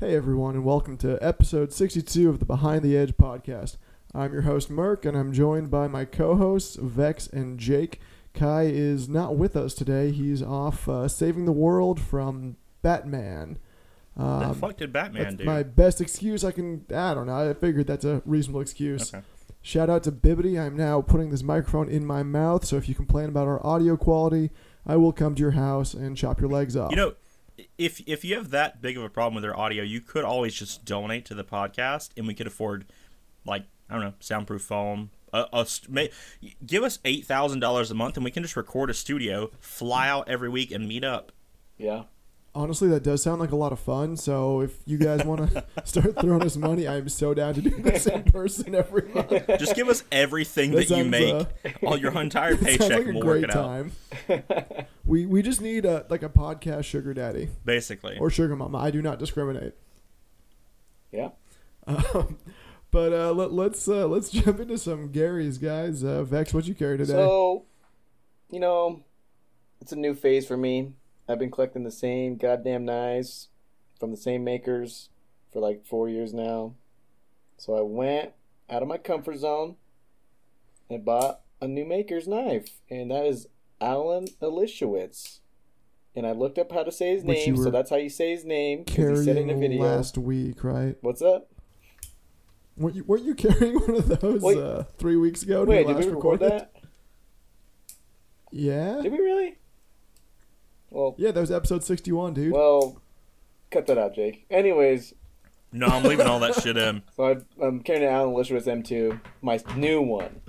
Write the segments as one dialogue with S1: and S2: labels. S1: Hey everyone, and welcome to episode 62 of the Behind the Edge podcast. I'm your host Merk, and I'm joined by my co-hosts Vex and Jake. Kai is not with us today; he's off uh, saving the world from Batman.
S2: The
S1: Um,
S2: fuck did Batman
S1: that's
S2: do?
S1: my best excuse I can. I don't know. I figured that's a reasonable excuse.
S2: Okay.
S1: Shout out to Bibbity. I'm now putting this microphone in my mouth, so if you complain about our audio quality, I will come to your house and chop your legs off.
S2: You know, if if you have that big of a problem with our audio, you could always just donate to the podcast, and we could afford, like I don't know, soundproof foam. A, a st- may, give us eight thousand dollars a month, and we can just record a studio, fly out every week, and meet up.
S3: Yeah.
S1: Honestly, that does sound like a lot of fun. So if you guys want to start throwing us money, I'm so down to do this in person every month. That
S2: Just give us everything
S1: That
S2: that, you
S1: sounds,
S2: make,
S1: uh,
S2: all your entire
S1: sounds
S2: paycheck,
S1: like
S2: and
S1: a
S2: we'll work
S1: great
S2: it out.
S1: time. we we just need a like a podcast sugar daddy
S2: Basically,
S1: or sugar mama. I do not discriminate.
S3: Yeah.
S1: Um, but uh, let, let's uh, let's jump into some Gary's guys. Uh, Vex, what you carry today?
S3: So, you know, it's a new phase for me. I've been collecting the same goddamn knives from the same makers for like four years now. So I went out of my comfort zone and bought a new maker's knife, and that is Alan Elishowitz. And I looked up how to say his
S1: Which you
S3: name, so
S1: were
S3: that's how you say his name because he said it in a
S1: carrying
S3: video.
S1: last week, right?
S3: What's up?
S1: Weren't you, weren't you carrying one of those
S3: Wait.
S1: uh, three weeks ago? when
S3: Wait,
S1: we
S3: did
S1: last
S3: we record
S1: recorded?
S3: that?
S1: Yeah,
S3: Did we really? Well,
S1: yeah, that was episode sixty-one, dude.
S3: Well, cut that out, Jake. Anyways,
S2: no, I'm leaving all that shit in.
S3: so I, I'm carrying an Allen Lishowitz M2, my new one.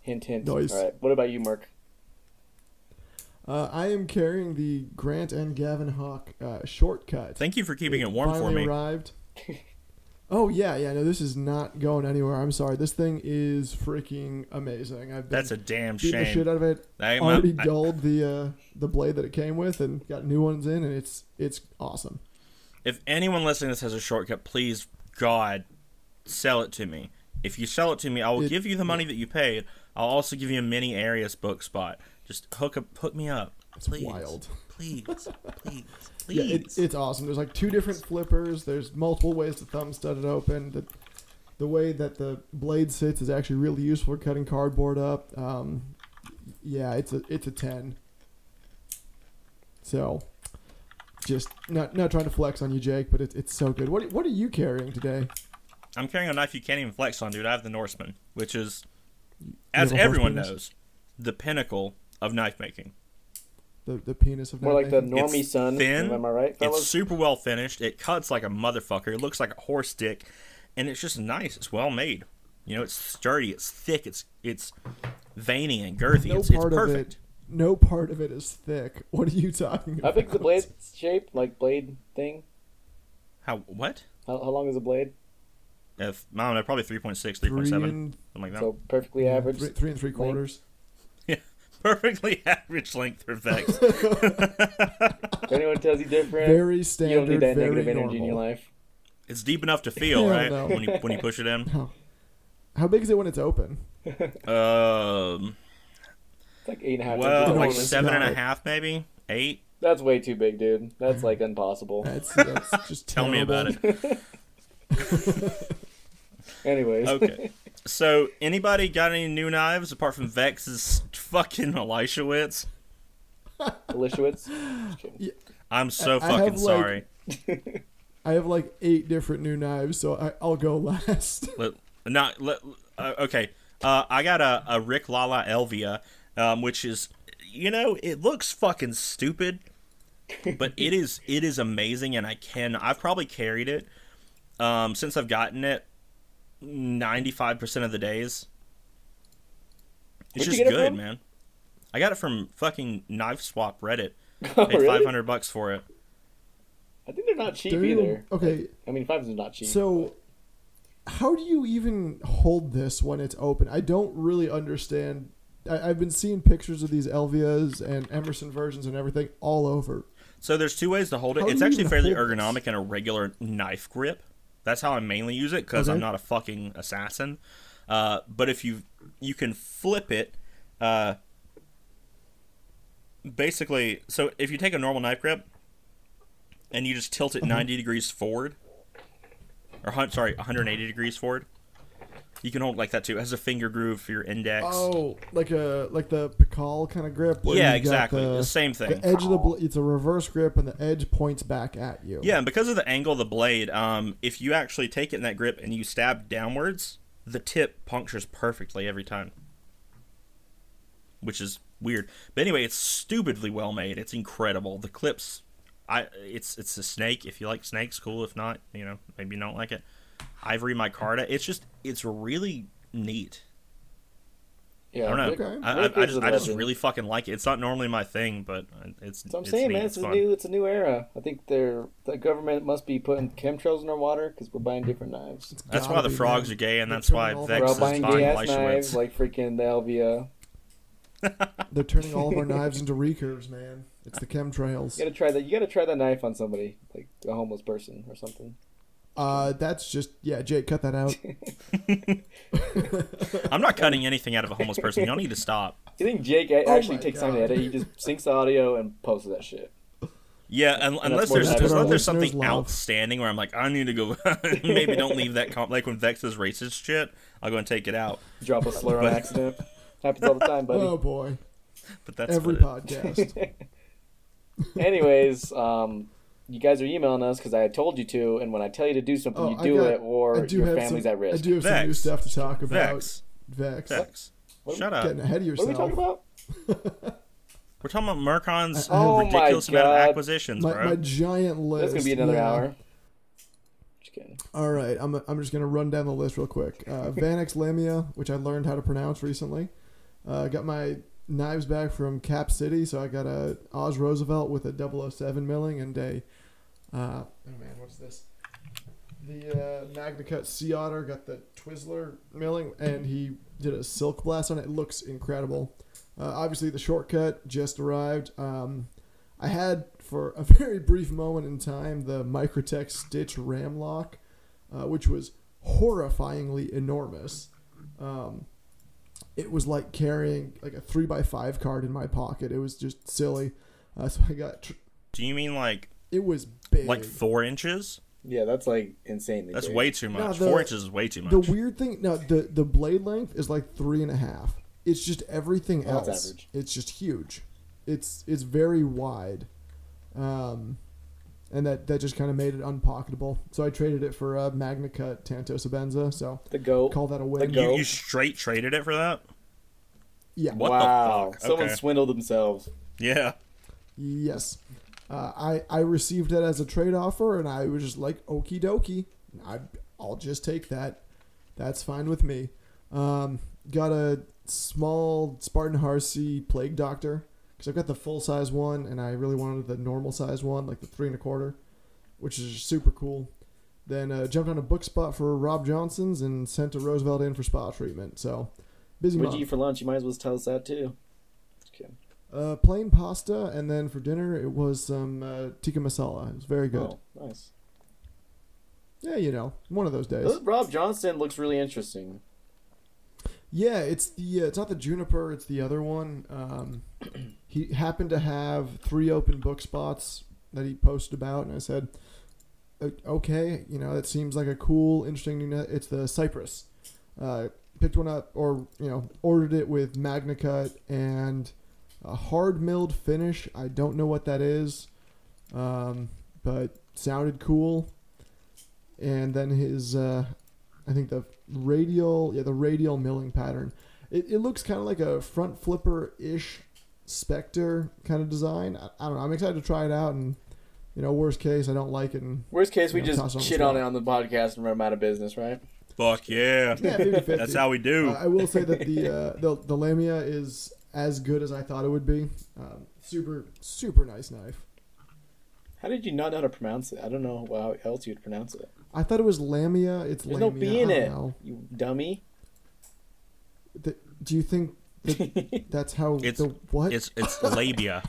S3: Hint, hint.
S1: Nice.
S3: All right. What about you, Mark?
S1: Uh, I am carrying the Grant and Gavin Hawk uh, shortcut.
S2: Thank you for keeping it warm
S1: Finally
S2: for me.
S1: arrived. oh yeah, yeah. No, this is not going anywhere. I'm sorry. This thing is freaking amazing. I've been
S2: That's a damn
S1: beating the shit
S2: shame.
S1: out of it.
S2: I am-
S1: Already
S2: I-
S1: dulled the uh, the blade that it came with, and got new ones in, and it's it's awesome.
S2: if anyone listening to this has a shortcut, please, God, sell it to me. If you sell it to me, I will
S1: It-
S2: give you the money that you paid. I'll also give you a mini Arius book spot. Just hook up, hook me up, please.
S1: wild.
S2: Please, please, please.
S1: Yeah, it, it's awesome. There's like two different flippers. There's multiple ways to thumb stud it open. The, the way that the blade sits is actually really useful for cutting cardboard up. Um, yeah, it's a it's a ten. So, just not not trying to flex on you, Jake, but it's it's so good. What what are you carrying today?
S2: I'm carrying a knife you can't even flex on, dude. I have the Norseman, which is,
S1: have
S2: as
S1: a horse
S2: everyone
S1: penis?
S2: knows, the pinnacle of knife making.
S1: The the penis of
S3: More like the
S1: Nightmaking?
S3: normie
S2: It's
S3: son.
S2: thin.
S3: Am I right,
S2: It's
S3: fellas?
S2: super well finished. It cuts like a motherfucker. It looks like a horse dick, and it's just nice. It's well made. You know, it's sturdy. It's thick. It's it's veiny and girthy.
S1: no
S2: it's, it's
S1: part of
S2: perfect.
S1: it. No part of it is thick. What are you talking
S3: How
S1: about?
S3: big's the blade shape? Like blade thing?
S2: How what?
S3: How, how long is the blade?
S2: If, I don't know. Probably 3.6,
S1: Three
S2: 3.7,
S1: and
S2: something like that.
S3: So perfectly average.
S1: three, three and three quarters.
S2: yeah, perfectly average length for Vex.
S3: If anyone tells you different,
S1: Very
S3: you don't
S1: standard.
S3: need that
S1: very
S3: negative energy
S1: normal.
S3: in your life.
S2: it's deep enough to feel,
S1: Hell
S2: right?
S1: no.
S2: When you when you push it in.
S1: How big is it when it's open?
S2: Um,
S3: It's like eight and a half.
S2: well,
S3: inches.
S2: like
S1: it's
S2: seven and a
S1: not.
S2: half, maybe eight.
S3: That's way too big, dude. That's like impossible.
S1: That's, that's just
S2: Tell me about
S1: terrible.
S2: it.
S3: Anyways,
S2: Okay. So, anybody got any new knives apart from Vex's fucking Elishawitz?
S3: Elishowitz.
S2: I'm so
S1: I- I have,
S2: fucking
S1: like-
S2: sorry.
S1: I have like eight different new knives, so I, I'll go last.
S2: Let, not let, uh, okay. Uh, I got a, a Rick Lala Elvia, um, which is, you know, it looks fucking stupid, but it is it is amazing, and I can. I've probably carried it um, since I've gotten it ninety five percent of the days. It's
S3: Where'd you
S2: just
S3: get it
S2: good,
S3: from?
S2: man. I got it from fucking Knife Swap Reddit.
S3: Oh,
S2: Paid
S3: really?
S2: five hundred bucks for it.
S3: I think they're not cheap
S1: Dude,
S3: either.
S1: Okay,
S3: I mean, five's not cheap.
S1: so how do you even hold this when it's open? I don't really understand. I, I've been seeing pictures of these Elvias and Emerson versions and everything all over.
S2: So there's two ways to hold it.
S1: How do
S2: it's
S1: you
S2: actually
S1: even
S2: fairly
S1: hold this?
S2: ergonomic in a regular knife grip. That's how I mainly use it because I'm
S1: Okay.
S2: not a fucking assassin. Uh, but if you you can flip it, uh, basically. So if you take a normal knife grip and you just tilt it
S1: Uh-huh.
S2: 90 degrees forward, or hun- sorry, 180 degrees forward. You can hold it like that too. It has a finger groove for your index.
S1: Oh, like a like the Pical kind of grip. where
S2: yeah,
S1: you got
S2: exactly. The,
S1: The,
S2: same thing.
S1: the edge of the bl- it's a reverse grip, and the edge points back at you.
S2: Yeah, and because of the angle of the blade, um, if you actually take it in that grip and you stab downwards, the tip punctures perfectly every time. Which is weird. But anyway, it's stupidly well made. It's incredible. The clips I it's it's a snake. If you like snakes, cool. If not, you know, maybe you don't like it. Ivory micarta. It's just it's really neat.
S3: Yeah,
S2: I don't
S3: Rick-
S2: know.
S1: Okay.
S2: I, I,
S3: Rick
S2: I
S3: is
S2: just
S3: a
S2: I just
S3: legend.
S2: really fucking like it. It's not normally my thing, but it's
S3: That's what I'm
S2: it's
S3: saying,
S2: neat.
S3: man.
S2: It's
S3: It's, a
S2: fun.
S3: new, it's a new era. I think they're the government must be putting chemtrails in our water because we're buying different knives.
S1: It's
S2: That's
S1: gotta
S2: why the
S1: be,
S2: frogs
S1: man.
S2: are gay, and
S1: They're
S2: that's why
S1: turning all
S2: Vex
S3: We're all
S2: is
S3: buying
S2: buying
S3: gay ass
S2: Leishowitz.
S3: knives like freaking the Alvia.
S1: They're turning all of our knives into recurves, man. It's the
S3: You
S1: chemtrails.
S3: gotta try that. You gotta try that knife on somebody, like a homeless person or something.
S1: Uh, that's just yeah. Jake, cut that out.
S2: I'm not cutting anything out of a homeless person. Y'all need to stop.
S3: You think Jake a-
S1: Oh
S3: actually
S1: my
S3: takes
S1: God.
S3: time to edit? He just syncs the audio and posts that shit.
S2: Yeah, un- unless
S3: more
S2: there's
S3: than
S2: unless
S3: what our
S2: there's something
S1: listeners love.
S2: outstanding where I'm like, I need to go. maybe don't leave that. Com- like when Vex is racist shit, I'll go and take it out.
S3: Drop a slur on
S2: But-
S3: accident. Happens all the time, buddy.
S1: oh boy,
S2: But that's
S1: every
S2: what it-
S1: podcast.
S3: Anyways, um, you guys are emailing us because I told you to, and when I tell you to do something,
S1: Oh,
S3: you
S1: I
S3: do
S1: got-
S3: it, or
S1: I do
S3: your
S1: have
S3: family's
S1: some,
S3: at risk.
S1: I do have some new
S2: Vex.
S1: stuff to talk about.
S2: Vex,
S1: Vex.
S2: Vex,
S3: What-
S2: shut up.
S1: Getting ahead of
S3: What
S1: yourself.
S3: are we talking about?
S2: We're talking about Murkon's
S3: Oh my
S2: ridiculous amount of
S3: God.
S2: acquisitions,
S1: My,
S2: bro.
S1: my giant list.
S3: That's gonna be another
S1: yeah.
S3: hour. Just kidding.
S1: All right, I'm, I'm just going to run down the list real quick. Uh, Vanex Lamia, which I learned how to pronounce recently. Uh, got my knives back from Cap City, so I got a Oz Roosevelt with a 007 milling and a. Uh, oh man, what's this? The uh, Magna Cut Sea Otter got the Twizzler milling, and he did a silk blast on it. It looks incredible. Uh, obviously, the shortcut just arrived. Um, I had for a very brief moment in time the Microtech Stitch Ramlock, uh, which was horrifyingly enormous. Um, it was like carrying like a three by five card in my pocket. It was just silly. Uh, so I got tr-
S2: Do you mean like
S1: it was big.
S2: like four inches?
S3: Yeah, that's like insanely.
S2: That's
S3: big.
S2: way too
S1: No,
S2: much.
S1: the-
S2: four inches is way too much.
S1: the weird thing, no, the the blade length is like three and a half. It's just everything
S3: Oh, that's
S1: else.
S3: average.
S1: It's just huge. It's it's very wide, um, and that that just kind of made it unpocketable. So I traded it for a Magna Cut Tanto Sabenza. So
S3: The goat.
S1: call that a win.
S3: go-
S2: you, you straight traded it for that?
S1: yeah.
S2: What the
S3: wow,
S2: fuck?
S3: someone
S2: Okay.
S3: swindled themselves.
S2: Yeah.
S1: Yes. Uh, I, I received it as a trade offer, and I was just like, okie dokie. I, I'll just take that. That's fine with me. Um, got a small Spartan Harsey Plague Doctor, because I've got the full size one, and I really wanted the normal size one, like the three and a quarter, which is super cool. Then uh, jumped on a book spot for Rob Johnson's and sent to Roosevelt in for spa treatment. So busy
S3: What'd
S1: month.
S3: you eat for lunch? You might as well tell us that too. Just kidding.
S1: Uh, plain pasta, and then for dinner it was some uh, tikka masala. It was very good.
S3: Oh, nice.
S1: Yeah, you know, one of those days.
S3: Uh, Rob Johnston looks really interesting.
S1: Yeah, it's the uh, it's not the juniper, it's the other one. Um, he happened to have three open book spots that he posted about, and I said, "O- "Okay, you know, that seems like a cool, interesting new." net- It's the Cypress. Uh, picked one up, or you know, ordered it with Magna Cut and a hard milled finish. I don't know what that is, um, but sounded cool. And then his, uh, I think the radial, yeah, the radial milling pattern. It, it looks kind of like a front flipper ish Spectre kind of design. I, I don't know. I'm excited to try it out, and you know, worst case, I don't like it, and
S3: Worst case, we
S1: Yeah, toss on
S3: just
S1: the
S3: shit
S1: floor.
S3: on it on the podcast and run him out of business, right?
S2: Fuck yeah.
S1: yeah, 50-50.
S2: That's how we do.
S1: Uh, I will say that the, uh, the the Lamia is as good as I thought it would be. Um, super super nice knife.
S3: How did you not know how to pronounce it? I don't know how else you'd pronounce it.
S1: I thought it was Lamia. It's
S3: There's
S1: Lamia.
S3: no B in
S1: I don't
S3: it,
S1: know.
S3: you dummy.
S1: Th- do you think that that's how
S2: It's-
S1: the what?
S2: It's it's labia.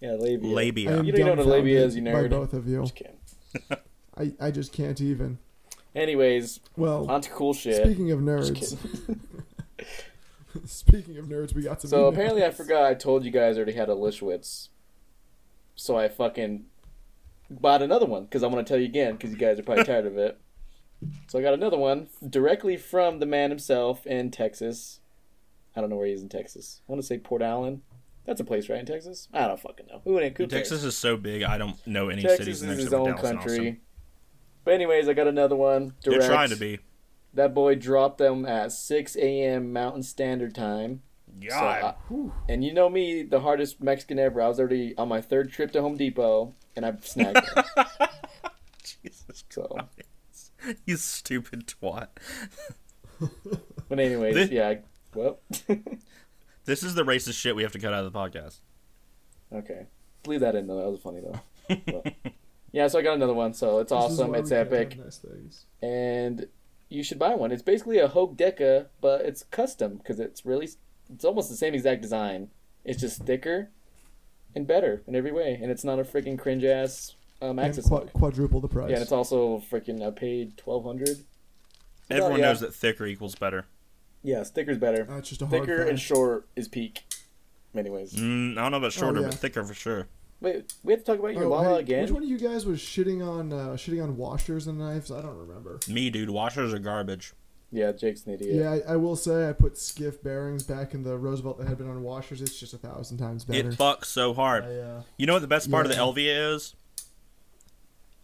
S3: Yeah, labia.
S1: I
S2: Labia.
S1: am
S3: You don't even know what a labia
S1: dumbfounded
S3: is, you
S1: by
S3: nerd.
S1: both of you.
S3: Just kidding.
S1: I, I just can't even.
S3: Anyways,
S1: Well,
S3: on to cool shit.
S1: speaking of
S3: Just
S1: nerds,
S3: kidding.
S1: speaking of nerds, we got some.
S3: So
S1: emails.
S3: apparently, I forgot I told you guys I already had a Lishwitz. So I fucking bought another one because I'm going to tell you again because you guys are probably tired of it. So I got another one directly from the man himself in Texas. I don't know where he is in Texas. I want to say Port Allen. That's a place right in Texas. I don't fucking know. Who in who cares?
S2: Texas is so big, I don't know any
S3: Texas
S2: cities in there
S3: is his
S2: except for
S3: own
S2: Dallas and Austin.
S3: country. But anyways, I got another one.
S2: They're
S3: Direct.
S2: trying to be.
S3: That boy dropped them at 6 a.m. Mountain Standard Time. So uh,
S2: God.
S3: I- and you know me, the hardest Mexican ever. I was already on my third trip to Home Depot, and I snagged it.
S2: Jesus
S3: So,
S2: Christ. You stupid twat.
S3: but anyways,
S2: This-
S3: yeah. I- Well,
S2: This is the racist shit we have to cut out of the podcast.
S3: okay. Leave that in though. That was funny though. But- yeah, so I got another one. So it's
S1: This is
S3: awesome.
S1: why we
S3: It's
S1: can't have
S3: epic,
S1: nice things.
S3: and you should buy one. It's basically a Hogue Deca, but it's custom because it's really it's almost the same exact design. It's just thicker and better in every way, and it's not a freaking cringe ass um,
S1: And
S3: access.
S1: qua-
S3: hook.
S1: quadruple the price.
S3: Yeah, and it's also freaking. I paid twelve hundred.
S2: Everyone
S3: yeah.
S2: knows that thicker equals better.
S3: Yeah, sticker's better.
S1: Uh, it's just a hard
S3: thicker and
S1: fact.
S3: short is peak. Anyways,
S2: Mm, I don't know about shorter,
S1: yeah.
S2: but thicker for sure.
S3: wait, we have to talk about your
S1: Oh,
S3: Lala
S1: hey,
S3: again.
S1: Which one of you guys was shitting on uh, shitting on washers and knives? I don't remember.
S2: Me, dude, washers are garbage.
S3: Yeah, Jake's an idiot.
S1: Yeah, I, I will say I put skiff bearings back in the Roosevelt that had been on washers. It's just a thousand times better.
S2: It fucks so
S1: I,
S2: hard.
S1: uh,
S2: You know what the best part
S1: Yeah.
S2: of the Elvia is?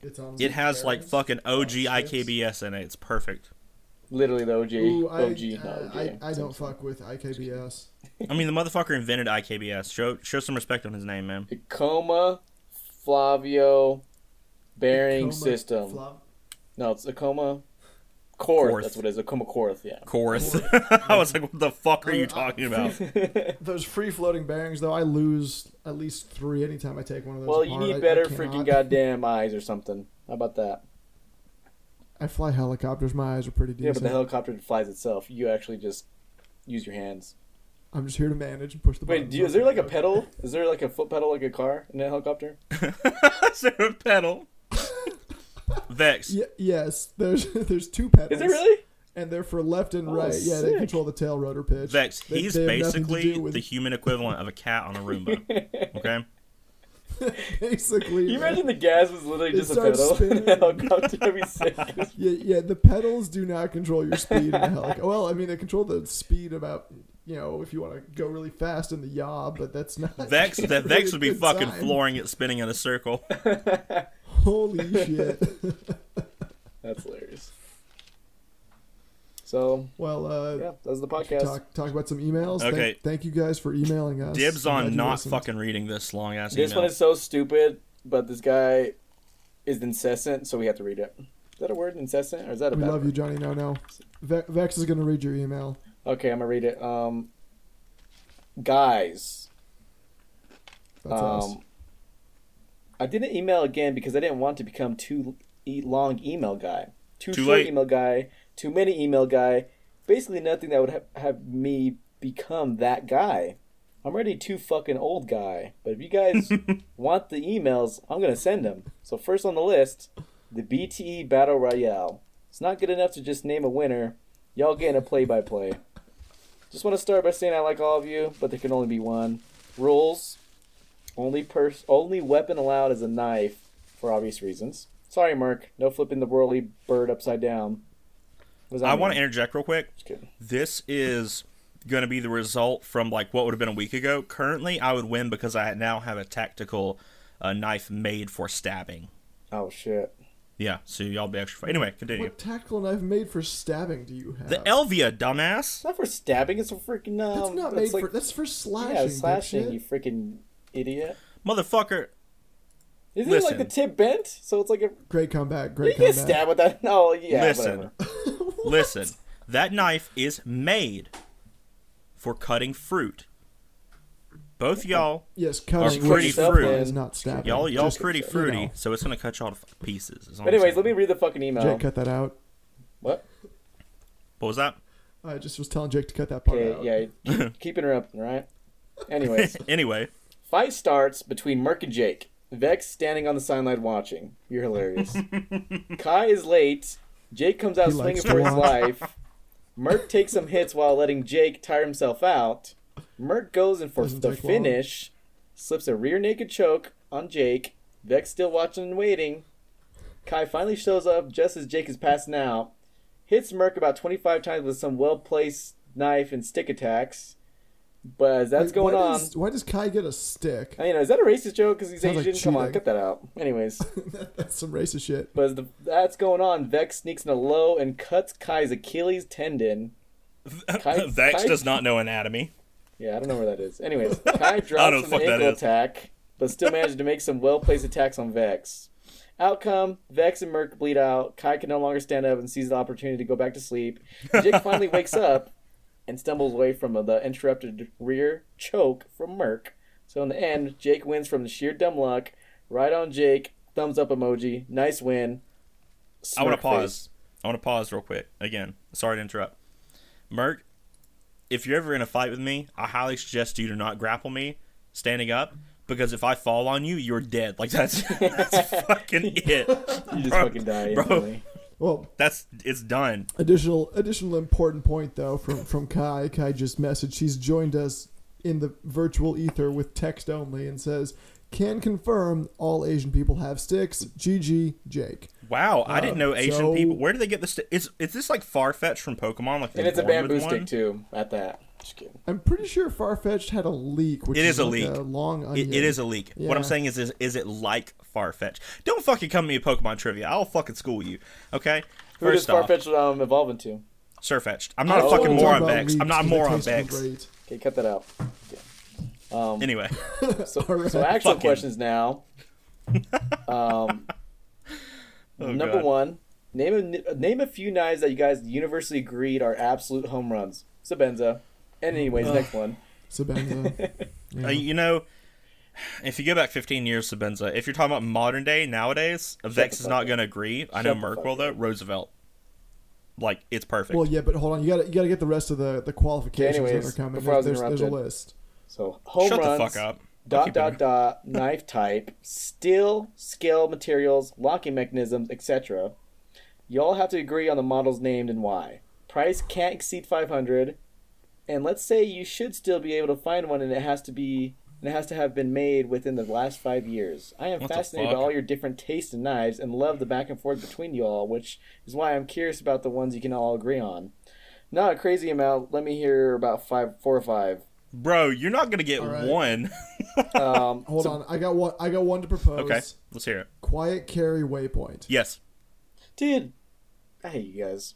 S1: it's on
S2: It has like
S1: bearings.
S2: fucking OG
S1: shit.
S2: IKBS in it. It's perfect.
S3: Literally the OG.
S1: Ooh, I,
S3: OG, not
S1: uh,
S3: OG.
S1: I, I don't fuck with IKBS.
S2: I mean, the motherfucker invented IKBS. Show show some respect on his name, man.
S3: Acoma Flavio bearing
S1: Ikoma
S3: system.
S1: flop-
S3: no, it's Acoma Corth.
S2: Corth.
S3: That's what it is. Acoma Corth, yeah.
S2: Chorus. I was like, what the fuck are you talking about?
S1: Those free floating bearings though, I lose at least three anytime I take one of those.
S3: well, you
S1: apart. I- I
S3: need better
S1: cannot-
S3: freaking goddamn eyes or something. How about that?
S1: I fly helicopters. My eyes are pretty
S3: Yeah,
S1: decent.
S3: but the helicopter flies itself. You actually just use your hands.
S1: I'm just here to manage and push the.
S3: Wait,
S1: buttons
S3: do you,
S1: on
S3: is there
S1: the
S3: like a
S1: boat.
S3: pedal? Is there like a foot pedal like a car in a helicopter?
S2: Is there a pedal? Vex.
S1: Yeah, yes, there's there's two pedals.
S3: Is it really?
S1: And they're for left and
S3: Oh,
S1: right. Yeah, they
S3: sick.
S1: control the tail rotor pitch.
S2: Vex,
S1: They-
S2: he's
S1: they have nothing to
S2: basically
S1: do with-
S2: the human equivalent of a cat on a Roomba. Okay?
S1: basically.
S3: You
S1: yeah.
S3: imagine the gas was literally
S1: It
S3: just a
S1: starts
S3: pedal in a
S1: spinning.
S3: helicopter every second.
S1: yeah, yeah, the pedals do not control your speed in a helicopter. Well, I mean, they control the speed about you know if you want to go really fast in the yaw, but that's not.
S2: Vex that Vex would be
S1: Good
S2: fucking
S1: sign.
S2: flooring it spinning in a circle.
S1: Holy shit!
S3: That's hilarious. So
S1: well, uh,
S3: yeah, that was the
S1: we should
S3: podcast.
S1: talk talk about some emails. Thank-
S2: Okay.
S1: Thank, you guys for emailing us.
S2: Dibs
S1: I'm glad
S2: on
S1: you
S2: not
S1: listened.
S2: fucking reading this long ass
S3: This
S2: email.
S3: one is so stupid, but this guy is incessant, so we have to read it. Is that a word, incessant, or is that a
S1: We
S3: bad
S1: love
S3: word?
S1: you, Johnny. No, no. Ve- Vex is gonna read your email.
S3: Okay, I'm gonna read it. Um, guys,
S1: That's us.
S3: um, I didn't email again because I didn't want to become too e- long email guy, too,
S2: Too
S3: short
S2: late.
S3: email guy, too many email guy. Basically, nothing that would ha- have me become that guy. I'm already too fucking old guy. But if you guys want the emails, I'm gonna send them. So first on the list, the BTE Battle Royale. It's not good enough to just name a winner. Y'all getting a play-by-play. Just want to start by saying I like all of you, but there can only be one. Rules: only pers- only weapon allowed is a knife, for obvious reasons. Sorry, Merc. No flipping the whirly bird upside down. Was
S2: I want to interject real quick.
S3: to.
S2: This is going to be the result from like what would have been a week ago. Currently, I would win because I now have a tactical uh, knife made for stabbing.
S3: Oh shit.
S2: Yeah, so y'all be extra. Anyway, continue.
S1: what tactical knife made for stabbing do you have?
S2: The Elvia, dumbass.
S3: It's not for stabbing. It's for freaking. Um,
S1: That's not made
S3: it's like,
S1: for. That's for slashing.
S3: yeah, slashing.
S1: dipshit.
S3: You freaking idiot.
S2: Motherfucker.
S3: Isn't it
S2: Listen.
S3: like the tip bent? So it's like a.
S1: Great comeback.
S3: You
S1: Great
S3: can
S1: comeback.
S3: stab with that. No, yeah.
S2: Listen.
S3: whatever.
S1: What?
S2: Listen, that knife is made for cutting fruit. Both y'all,
S1: Yes,
S2: Are
S1: cutting
S2: pretty
S1: which is
S2: fruit.
S1: fine, is not stabbing.
S2: y'all, y'all
S1: Just-
S2: pretty
S1: you know.
S2: fruity, so it's gonna cut y'all to f- pieces. is all I'm
S3: But anyways,
S2: saying.
S3: let me read the fucking email.
S1: Jake, cut that out.
S3: What?
S2: What was that?
S1: I just was telling Jake to cut that part
S3: Okay,
S1: out.
S3: yeah. Keep, keep interrupting, right? Anyways,
S2: anyway,
S3: fight starts between Merc and Jake. Vex standing on the sideline watching. You're hilarious. Kai is late. Jake comes out
S1: He
S3: swinging
S1: likes
S3: for
S1: to
S3: his
S1: watch.
S3: life. Merc takes some hits while letting Jake tire himself out. Merc goes in for
S1: Doesn't
S3: the
S1: take long.
S3: finish, slips a rear naked choke on Jake, Vex still watching and waiting. Kai finally shows up just as Jake is passing out, hits Merc about 25 times with some well placed knife and stick attacks. But as that's
S1: Like,
S3: going
S1: why
S3: on,
S1: Does, why does Kai get a stick?
S3: I mean, Uh, is that a racist joke? Because he's
S1: Sounds
S3: Asian.
S1: like
S3: Come on,
S1: cheating.
S3: cut that out. Anyways,
S1: That's some racist shit.
S3: but as the, that's going on, Vex sneaks in a low and cuts Kai's Achilles tendon. Kai-
S2: Vex
S3: Kai-
S2: does not know anatomy.
S3: Yeah, I don't know where that is. Anyways, Kai
S2: I don't
S3: drops
S2: know
S3: from
S2: what the fuck
S3: the
S2: that
S3: ankle
S2: is.
S3: attack, but still manages to make some well placed attacks on Vex. Outcome Vex and Merc bleed out. Kai can no longer stand up and sees the opportunity to go back to sleep. Jake finally wakes up and stumbles away from the interrupted rear choke from Merc. So, in the end, Jake wins from the sheer dumb luck. Right on, Jake. Thumbs up emoji. Nice win.
S2: I want
S3: Smirk
S2: to pause.
S3: face.
S2: I want to pause real quick. Again, sorry to interrupt. Merc, if you're ever in a fight with me, I highly suggest you do not grapple me standing up because if I fall on you, you're dead. Like that's that's fucking it.
S3: You just
S2: Bro,
S3: fucking die.
S2: bro.
S3: Instantly.
S1: Well,
S2: That's it's done.
S1: additional additional important point though from from Kai. Kai just messaged. She's joined us in the virtual ether with text only and says, "Can confirm all Asian people have sticks." GG, Jake.
S2: Wow, I didn't know Asian
S1: Um, so-
S2: people. Where do they get this? St- is is this like far fetched from Pokemon? Like
S3: And
S2: they're
S3: it's a
S2: born with
S3: bamboo
S2: one?
S3: stick, too, at that. Just kidding.
S1: I'm pretty sure Farfetch'd had a leak. Which
S2: It is a
S1: like
S2: leak.
S1: long onion.
S2: It, it is a leak. What I'm
S1: Oh, Yeah.
S2: saying is, is, is it like Farfetch? Don't fucking come to me with Pokemon trivia. I'll fucking school you. Okay.
S3: Who does
S2: First off,
S3: Farfetch'd um, evolve into?
S2: Surfetched. I'm not a
S3: Oh.
S1: I
S2: fucking
S1: wanna talk
S2: moron,
S1: about
S2: Bex. I'm
S1: leaks
S2: not a
S1: 'cause they
S2: moron,
S1: taste
S2: Bex.
S1: great.
S3: Okay, cut that out. Um,
S2: Anyway,
S3: so,
S1: Alright.
S3: so actual
S2: Fucking-
S3: questions now. Um,
S2: Oh,
S3: number
S2: God.
S3: one, name a name a few knives that you guys universally agreed are absolute home runs. Sabenza. And anyways, next one.
S1: Sabenza. Yeah.
S2: uh, you know, if you go back 15 years, Sabenza, if you're talking about modern day nowadays, Vex is
S3: the fuck
S2: not
S3: up.
S2: going to agree. I
S3: Shut
S2: know
S3: the
S2: Merc
S3: fuck
S2: will, though. Roosevelt. Like, it's perfect.
S1: Well, yeah, but hold on. You got you got to get the rest of the the qualifications
S3: Anyways,
S1: that are coming.
S3: before I was
S1: There's, there's a
S3: interrupted.
S1: list.
S3: So home
S2: Shut
S3: runs.
S2: the fuck up.
S3: Dot
S2: Keep
S3: dot
S2: it.
S3: dot knife type, steel, scale materials, locking mechanisms, etc. Y'all have to agree on the models named and why. Price can't exceed 500, and let's say you should still be able to find one, and it has to be and it has to have been made within the last five years. I am
S2: What the
S3: fascinated by
S2: fuck?
S3: all your different tastes in knives and love the back and forth between you all, which is why I'm curious about the ones you can all agree on. Not a crazy amount. Let me hear about five, four or five.
S2: Bro, you're not going to get
S1: All right.
S2: one.
S3: Um,
S1: Hold on. I got one. I got one to propose.
S2: okay, let's hear it.
S1: Quiet carry waypoint.
S2: Yes.
S3: Dude, I hate you guys.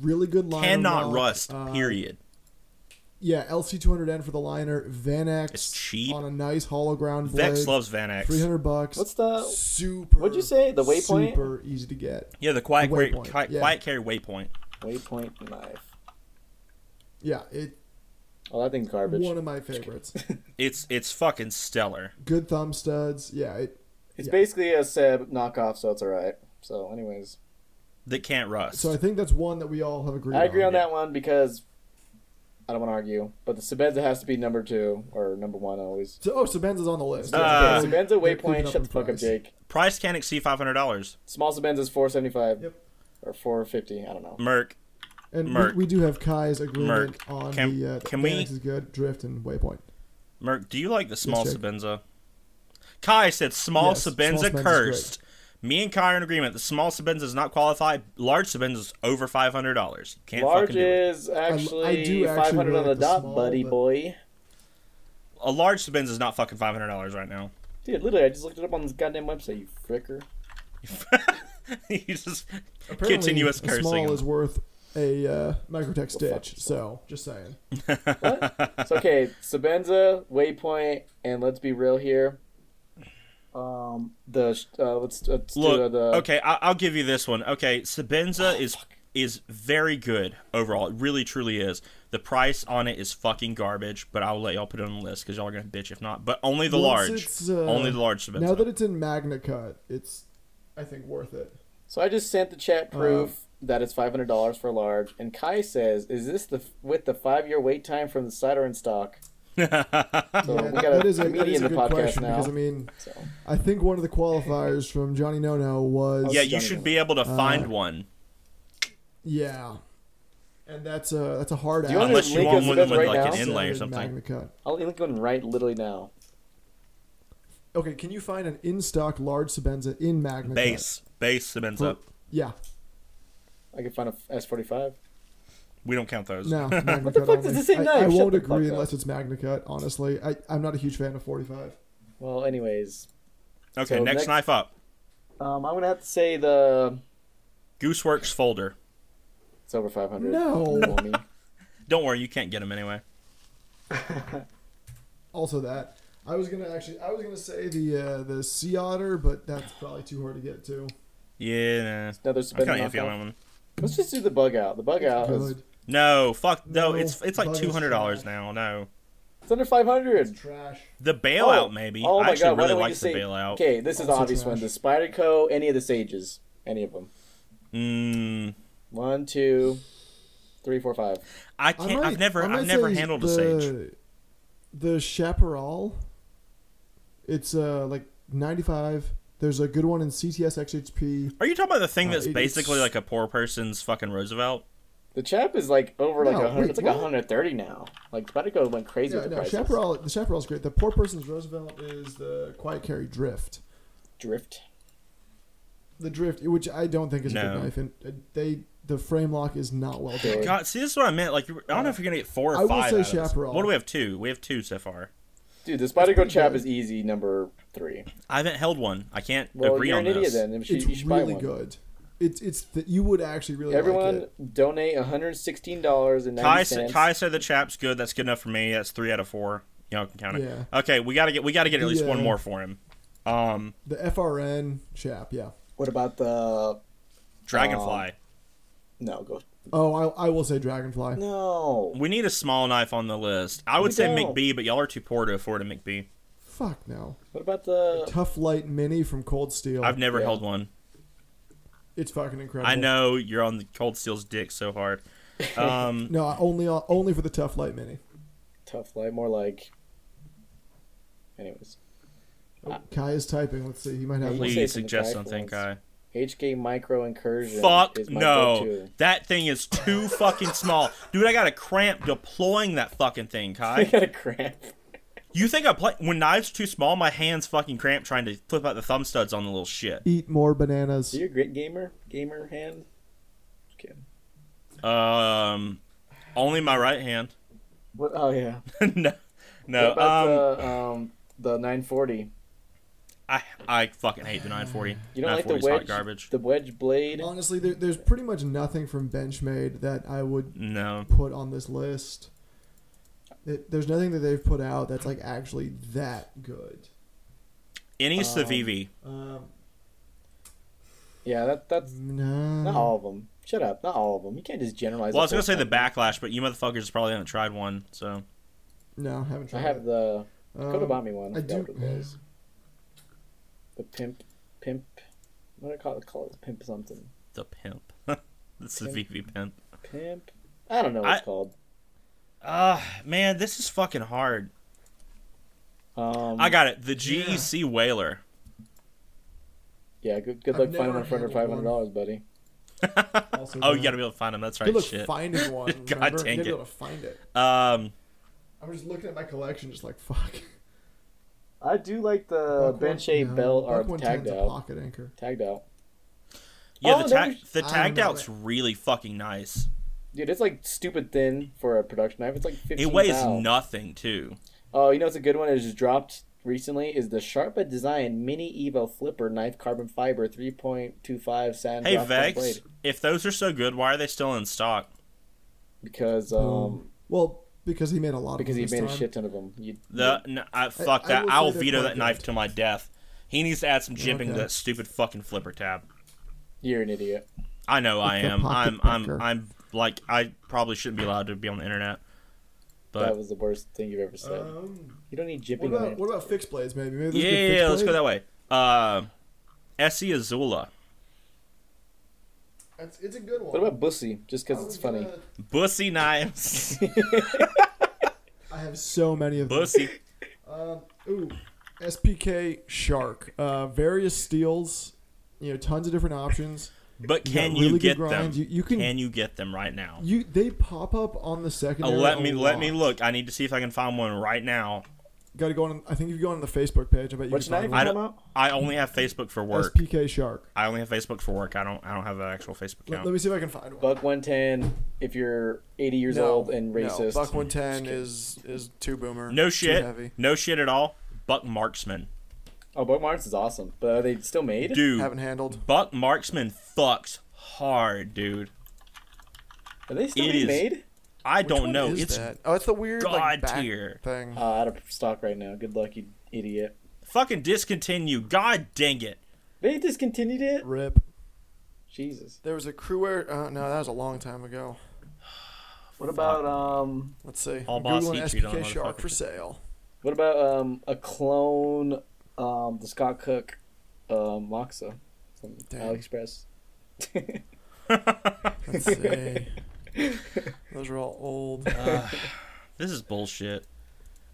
S1: Really good liner.
S2: Cannot
S1: lock.
S2: rust,
S1: Uh,
S2: period.
S1: Yeah, LC200N for the liner. Vanax.
S2: It's cheap.
S1: On a nice hollow ground blade.
S2: Vex loves Vanax.
S1: 300 bucks.
S3: What's the- uh,
S1: Super.
S3: what'd you say? The waypoint?
S1: Super easy to get.
S2: Yeah, the quiet,
S1: The
S2: carry-
S1: waypoint,
S2: qui-
S1: yeah.
S2: quiet carry waypoint.
S3: Waypoint knife.
S1: Yeah, it
S3: Oh, that thing's garbage.
S1: one of my favorites.
S2: It's it's fucking stellar.
S1: good thumb studs. Yeah, it,
S3: It's
S1: yeah.
S3: basically a Seb knockoff, so it's alright. So, anyways,
S2: That can't rust.
S1: so I think that's one that we all have agreed
S3: I agree
S1: on.
S3: on that one because I don't want to argue, but the Sebenza has to be number two or number one always.
S1: So, oh, Sabenza's on the list.
S2: Okay,
S1: Yeah,
S2: Uh,
S1: they're
S3: Sebenza
S1: creeping
S3: waypoint.
S1: up
S3: Shut
S1: in
S3: the fuck up,
S1: price.
S3: Jake.
S2: Price can't exceed five hundred dollars.
S3: Small Sebenza's four seventy five.
S1: Yep.
S3: Or four fifty. I don't know.
S2: Merc,
S1: And we,
S2: Merc.
S1: we do have Kai's agreement
S2: Merc.
S1: on
S2: Can-
S1: the uh, the
S2: can we-
S1: Phoenix is good drift and waypoint.
S2: Merc, do you like the small
S1: Jake.
S2: Sabenza? Kai said small
S1: Yes, small
S2: Sabenza
S1: Sabenza's
S2: cursed. Me and Kai are in agreement. The small Sabenza is not qualified. Large Sabenza's over five hundred dollars. Can't
S3: Large
S2: fucking do it.
S3: is actually
S1: I do actually
S3: five hundred
S1: like
S3: on the
S1: the
S3: dot,
S1: small,
S3: buddy
S1: but-
S3: boy.
S2: A large Sabenza is not fucking five hundred dollars right now.
S3: Dude, literally, I just looked it up on this goddamn website. You fricker.
S2: you just
S1: Apparently,
S2: continuous
S1: a Small is
S2: cursing.
S1: worth a uh, microtech
S3: fuck
S1: stitch. So just saying.
S3: It's okay. Sabenza, Waypoint, and let's be real here. Um, the sh- uh, let's let's do uh,
S2: Look,
S3: the Oh,
S2: okay, I- I'll give you this one. Okay, Sabenza is is very good overall. It really, truly is. The price on it is fucking garbage, but I'll let y'all put it on the list because y'all are gonna bitch if not. But only the
S1: Once
S2: large,
S1: it's, uh,
S2: only the large Sabenza.
S1: Now that it's in Magna Cut, it's I think worth it.
S3: So I just sent the
S1: Uh,
S3: chat proof that it's five hundred dollars for large, and Kai says, "Is this the with the five year wait time from the cider in stock?" So
S1: Yeah,
S3: we
S1: that-
S3: got
S1: that is a,
S3: a
S1: that
S3: media
S1: is
S3: in
S1: a
S3: the
S1: good
S3: podcast
S1: question
S3: now.
S1: because I mean
S3: So
S1: I think one of the qualifiers from Johnny No No was
S2: yeah,
S3: Johnny
S2: you should be able to find
S3: Uh,
S2: one.
S1: yeah, and that's a that's a hard out.
S3: you wanna
S2: Unless you
S3: link
S2: want
S3: us
S2: one
S3: with
S2: with
S3: right
S2: like
S3: now?
S2: an inlay or
S1: Magna
S2: something.
S1: Cut.
S3: I'll link one right literally now.
S1: Okay, can you find an in stock large Sabenza in Magna? Cut?
S2: Base, base Semenza.
S1: For- Yeah.
S3: I can find a S forty five.
S2: We don't count those.
S1: No. Magna
S3: the
S1: Cut
S3: fuck is
S1: only.
S3: the same
S1: I,
S3: knife?
S1: I
S3: Shut
S1: won't
S3: the fuck
S1: agree
S3: up.
S1: unless it's Magna Cut. Honestly, I I'm not a huge fan of 45.
S3: Well, anyways,
S2: okay,
S3: So
S2: next,
S3: next-
S2: knife up.
S3: um, I'm gonna have to say the
S2: Gooseworks folder.
S3: it's over five hundred.
S1: No.
S2: Don't worry, you can't get them anyway.
S1: Also that. I was gonna actually. I was gonna say the uh, the Sea Otter, but that's probably too hard to get to.
S2: Yeah, nah.
S3: another
S2: I'm
S3: spin.
S2: kind of iffy on
S3: knockoff.
S2: that one.
S3: Let's just do the bug out. The bug out is
S1: Good.
S2: No, fuck no.
S1: No,
S2: It's it's like
S1: bug is
S2: two hundred dollars
S1: trash.
S2: now. No,
S3: it's under five hundred.
S1: Trash.
S2: the bailout maybe.
S3: Oh
S2: I
S3: my
S2: actually
S3: god! Why
S2: really
S3: don't we
S2: like
S3: just
S2: the
S3: say?
S2: bailout.
S3: Okay, this is the
S1: Also
S3: obvious one.
S1: trash.
S3: The Spyderco, any of the Sages, any of them.
S2: Mm,
S3: One, two, three, four, five.
S2: I
S1: I
S2: can't. I've never.
S1: I might
S2: I've never
S1: say
S2: handled
S1: the,
S2: a sage.
S1: The Chaparral. It's uh like 95. There's a good one in CTS XHP.
S2: Are you talking about the thing
S1: Uh,
S2: that's
S1: it- it's-
S2: basically like a poor person's fucking Roosevelt?
S3: The chap is like over like
S1: No,
S3: a hundred.
S1: wait,
S3: It's like
S1: what?
S3: one hundred thirty now. Like Spyderco went crazy
S1: Yeah,
S3: with the
S1: no,
S3: prices.
S1: Chaparral. The Chaparral's great. The Poor Person's Roosevelt is the Quiet Carry Drift.
S3: Drift.
S1: The Drift, which I don't think is a
S2: No.
S1: good knife, and uh, they the frame lock is not well done.
S3: Sure.
S2: God, see, this is what I meant. Like, you were- I don't know if you're gonna get four or
S1: I will
S2: five.
S1: say
S2: out of this.
S1: Chaparral.
S2: What do we have? Two. We have two so far.
S3: Dude, the Spyderco
S1: pretty
S3: chap
S1: good.
S3: is easy number three.
S2: I haven't held one. I can't
S3: Well,
S2: agree
S3: you're
S2: on
S3: an idiot
S2: this.
S3: then. You should, you
S1: It's
S3: should buy
S1: really
S3: one.
S1: good. It's it's that you would actually really like
S3: Everyone
S1: it.
S3: donate one hundred sixteen dollars and
S2: Kai,
S3: ninety
S2: sa-
S3: cents.
S2: Kai said the chap's good. That's good enough for me. That's three out of four. Y'all can count it.
S1: Yeah.
S2: Okay, we gotta get we gotta get at least one
S1: Yeah.
S2: more for him. Um,
S1: The FRN chap, yeah.
S3: What about the?
S2: dragonfly.
S3: No, go.
S1: Oh, I, I will say Dragonfly.
S3: No.
S2: we need a small knife on the list. I would
S3: We
S2: say
S3: don't.
S2: McBee, but y'all are too poor to afford a McBee.
S1: Fuck no.
S3: What about the?
S1: Tough Light Mini from Cold Steel.
S2: I've never
S3: Yeah.
S2: held one.
S1: It's fucking incredible.
S2: I know you're on the cold steel's dick so hard. Um,
S1: No, only uh, only for the Tough Light Mini.
S3: Tough light, more like. Anyways, Uh,
S1: Kai is typing. Let's see. He might have
S3: Please.
S1: one.
S3: say
S2: please
S3: some
S2: suggest
S3: knife
S2: something,
S3: ones.
S2: Kai.
S3: HK micro incursion.
S2: Fuck
S3: is my
S2: no.
S3: go-to.
S2: That thing is too fucking small. Dude, I got a cramp deploying that fucking thing, Kai.
S3: I got a cramp.
S2: You think I play when knives too small, my hands fucking cramp trying to flip out the thumb studs on the little shit.
S1: Eat more bananas.
S3: Are you a great gamer? Gamer hand? Just kidding.
S2: Um only my right hand.
S3: What? Oh yeah.
S2: no.
S3: What
S2: No.
S3: about
S2: Um
S3: the um the 940?
S2: I I fucking hate the 940.
S3: You don't like the
S2: 940's hot
S3: wedge?
S2: garbage.
S3: The wedge blade.
S1: Honestly, there, there's pretty much nothing from Benchmade that I would
S2: No.
S1: put on this list. It, there's nothing that they've put out that's like actually that good.
S2: Any Civivi.
S1: Um,
S3: Yeah, that that's
S1: no.
S3: not all of them. Shut up, not all of them. You can't just generalize.
S2: Well, I was gonna
S3: whole
S2: say the
S3: company.
S2: backlash, but you motherfuckers probably haven't tried one, so
S1: No, haven't
S3: I
S1: tried.
S3: have the
S1: it. Um,
S3: Kodabami one.
S1: I
S3: I forgot
S1: do-
S3: what it was. The pimp, pimp. What do I call it? Call it pimp something.
S2: the pimp. the Civivi pimp.
S3: Pimp. I don't know what it's
S2: I-
S3: called.
S2: Ah, man, this is fucking hard.
S3: Um,
S2: I got it. The GEC Whaler.
S3: Yeah, good, good
S1: I've
S3: luck finding
S1: never
S3: one for under
S1: handled
S3: five hundred dollars, buddy.
S1: also
S2: Oh,
S1: that.
S2: you gotta be able to find them. That's
S1: Good
S2: right.
S1: luck
S2: Shit.
S1: finding one.
S2: God
S1: remember?
S2: dang
S1: you gotta
S2: it.
S1: be able to find it.
S2: Um,
S1: I'm just looking at my collection, just like fuck.
S3: Uh, I do like the
S1: Buck
S3: bench
S1: one-
S3: A
S1: no,
S3: belt
S1: Buck
S3: or
S1: 110's
S3: tagged
S1: a
S3: out.
S1: pocket anchor.
S3: Tagged out.
S2: yeah,
S3: Oh,
S2: the
S3: there
S2: tag
S3: was-
S2: the
S1: I
S2: tagged
S1: remember
S2: out's
S1: it.
S2: really fucking nice.
S3: Dude, it's like stupid thin for a production knife. It's like fifteen.
S2: It weighs
S3: pounds.
S2: nothing too.
S3: Oh, you know what's a good one? It just dropped recently. Is the Sharpa Design Mini Evo Flipper Knife Carbon Fiber 3.25 sand
S2: Hey
S3: drop blade.
S2: Vex, if those are so good, why are they still in stock?
S3: Because
S1: Oh,
S3: um
S1: Well, because he made a lot.
S3: because
S1: of
S3: he
S1: them
S3: made a
S1: this
S3: shit ton of them. You,
S2: The n I fuck
S1: I
S2: that.
S1: will
S2: I will
S1: say they're
S2: veto
S1: quite
S2: that knife
S1: good.
S2: to my death. He needs to add some jimping to
S1: Okay.
S2: that stupid fucking flipper tab.
S3: you're an idiot.
S2: I know I
S1: It's a
S2: am.
S1: pocket
S2: I'm I'm
S1: pucker.
S2: I'm like I probably shouldn't be allowed to be on the internet.
S3: that
S2: But
S3: was the worst thing you've ever said.
S1: time. Um,
S3: you don't need
S1: what
S3: jipping on
S1: about
S3: it.
S1: what about fixed blades? Maybe. maybe there's
S2: yeah,
S1: good
S2: yeah,
S1: fixed
S2: yeah, let's go
S1: blades.
S2: that way. Uh, Essie Azula.
S1: That's, it's a good one.
S3: What about Bussy? Just
S1: I
S3: because
S1: was
S3: it's funny.
S1: gonna-
S2: Bussy knives.
S1: I have so many of them.
S2: Bussy.
S1: Um, ooh, SPK Shark. Uh, various steels. You know, tons of different options.
S2: But
S1: You got
S2: can
S1: really
S2: you
S1: good
S2: get them?
S1: grinds. You, you can.
S2: Can you get them right now?
S1: you they pop up on the second.
S2: Oh, Uh, let me let me look. I need to see if I can find one right now.
S1: got to go on. I think if you go on the Facebook page, I bet you
S3: Which
S1: can
S3: knife
S1: find
S2: I
S1: one.
S3: come
S2: don't-
S3: out?
S2: I only have Facebook for work.
S1: SPK Shark.
S2: I only have Facebook for work. I don't. I don't have an actual Facebook
S1: Let,
S2: account.
S1: let me see if I can find one.
S3: Buck 110 if you're 80 years old and racist.
S1: Buck 110 is is too boomer.
S2: no
S1: Too
S2: shit.
S1: heavy.
S2: No shit at all. Buck Marksman,
S3: Oh, Buck Marks is awesome. But are they still made?
S2: dude.
S1: Haven't handled.
S2: Buck Marksman fucks hard, dude.
S3: Are they still
S2: It
S3: being
S2: is.
S3: made?
S2: I don't
S1: What
S2: know.
S1: is
S2: It's
S1: that? oh, it's the weird like,
S2: god
S1: back
S2: tier.
S1: thing.
S3: Uh, out of stock right now. Good luck, you idiot.
S2: fucking discontinue. God dang it.
S3: They discontinued it?
S1: Rip.
S3: Jesus.
S1: There was a crew air. Uh, no, that was a long time ago.
S3: What about um
S1: Let's see.
S2: All
S1: I'm
S2: boss
S1: Googling
S2: heat treat on
S1: SPK
S2: a
S1: Shark
S2: motherfucker.
S1: for sale.
S3: what about um a clone um the Scott Cook um Moxa from
S1: Damn.
S3: AliExpress?
S1: Let's see. Those are all old.
S2: Uh, This is bullshit.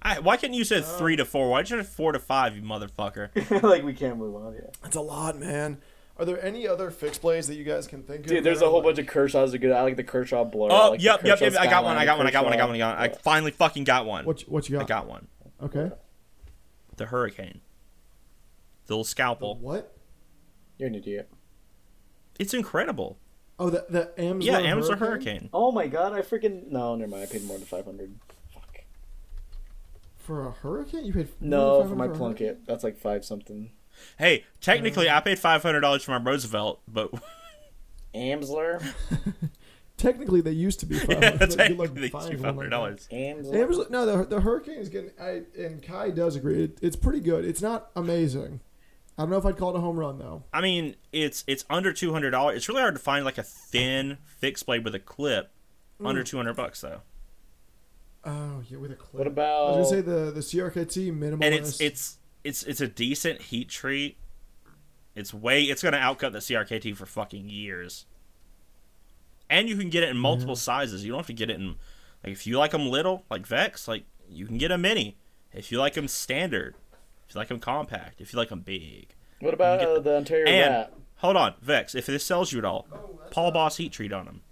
S2: I, why couldn't you say three to four? Why did you say four to five, you motherfucker?
S3: like we can't move on, yeah.
S1: That's a lot, man. Are there any other fixed blades that you guys can think of?
S3: Dude, there's a whole bunch of Kershaw's are good. I like the Kershaw blur. I
S2: Oh,
S3: like the
S2: yep, yep, yep.
S3: Kershaw
S2: I got one.
S3: skyline,
S2: I got one. I got one. I got
S3: Kershaw-
S2: one. I got one. I finally fucking got one.
S1: What you- what you
S2: I
S1: got?
S2: got one.
S1: Okay.
S2: The hurricane. The little
S1: The
S2: scalpel.
S1: What?
S3: You're an idiot.
S2: It's incredible.
S1: Oh, the the Amazon.
S2: yeah, Amazon
S1: Hurricane?
S2: hurricane.
S3: Oh my god, I freaking no, never mind. I paid more than five hundred. Fuck.
S1: for a hurricane. You paid
S3: No,
S1: $4,500
S3: for my
S1: a
S3: plunket. That's like five something.
S2: Hey, technically, I paid five hundred dollars for my Roosevelt, but
S3: Amsler.
S1: hurricane? Technically, they used to be five hundred.
S2: technically, five hundred dollars.
S3: Amsler.
S1: Amazon, no, the the hurricane is getting. I and Kai does agree. It, it's pretty good. It's not amazing. I don't know if I'd call it a home run though.
S2: I mean, it's it's under two hundred dollars. It's really hard to find like a thin fixed blade with a clip under two hundred bucks though.
S1: Oh yeah, with a clip.
S3: What
S1: I
S3: about
S1: was gonna say the the CRKT minimalist.
S2: and it's it's it's it's a decent heat treat. It's way it's gonna outcut the CRKT for fucking years. And you can get it in multiple sizes. You don't have to get it in like if you like them little, like Vex, like you can get a mini. If you like them standard, if you like them compact, if you like them big.
S3: what about uh, the Ontario
S2: And
S3: rat?
S2: hold on, Vex, if this sells you at all,
S1: that's
S2: Paul Boss heat treat on them.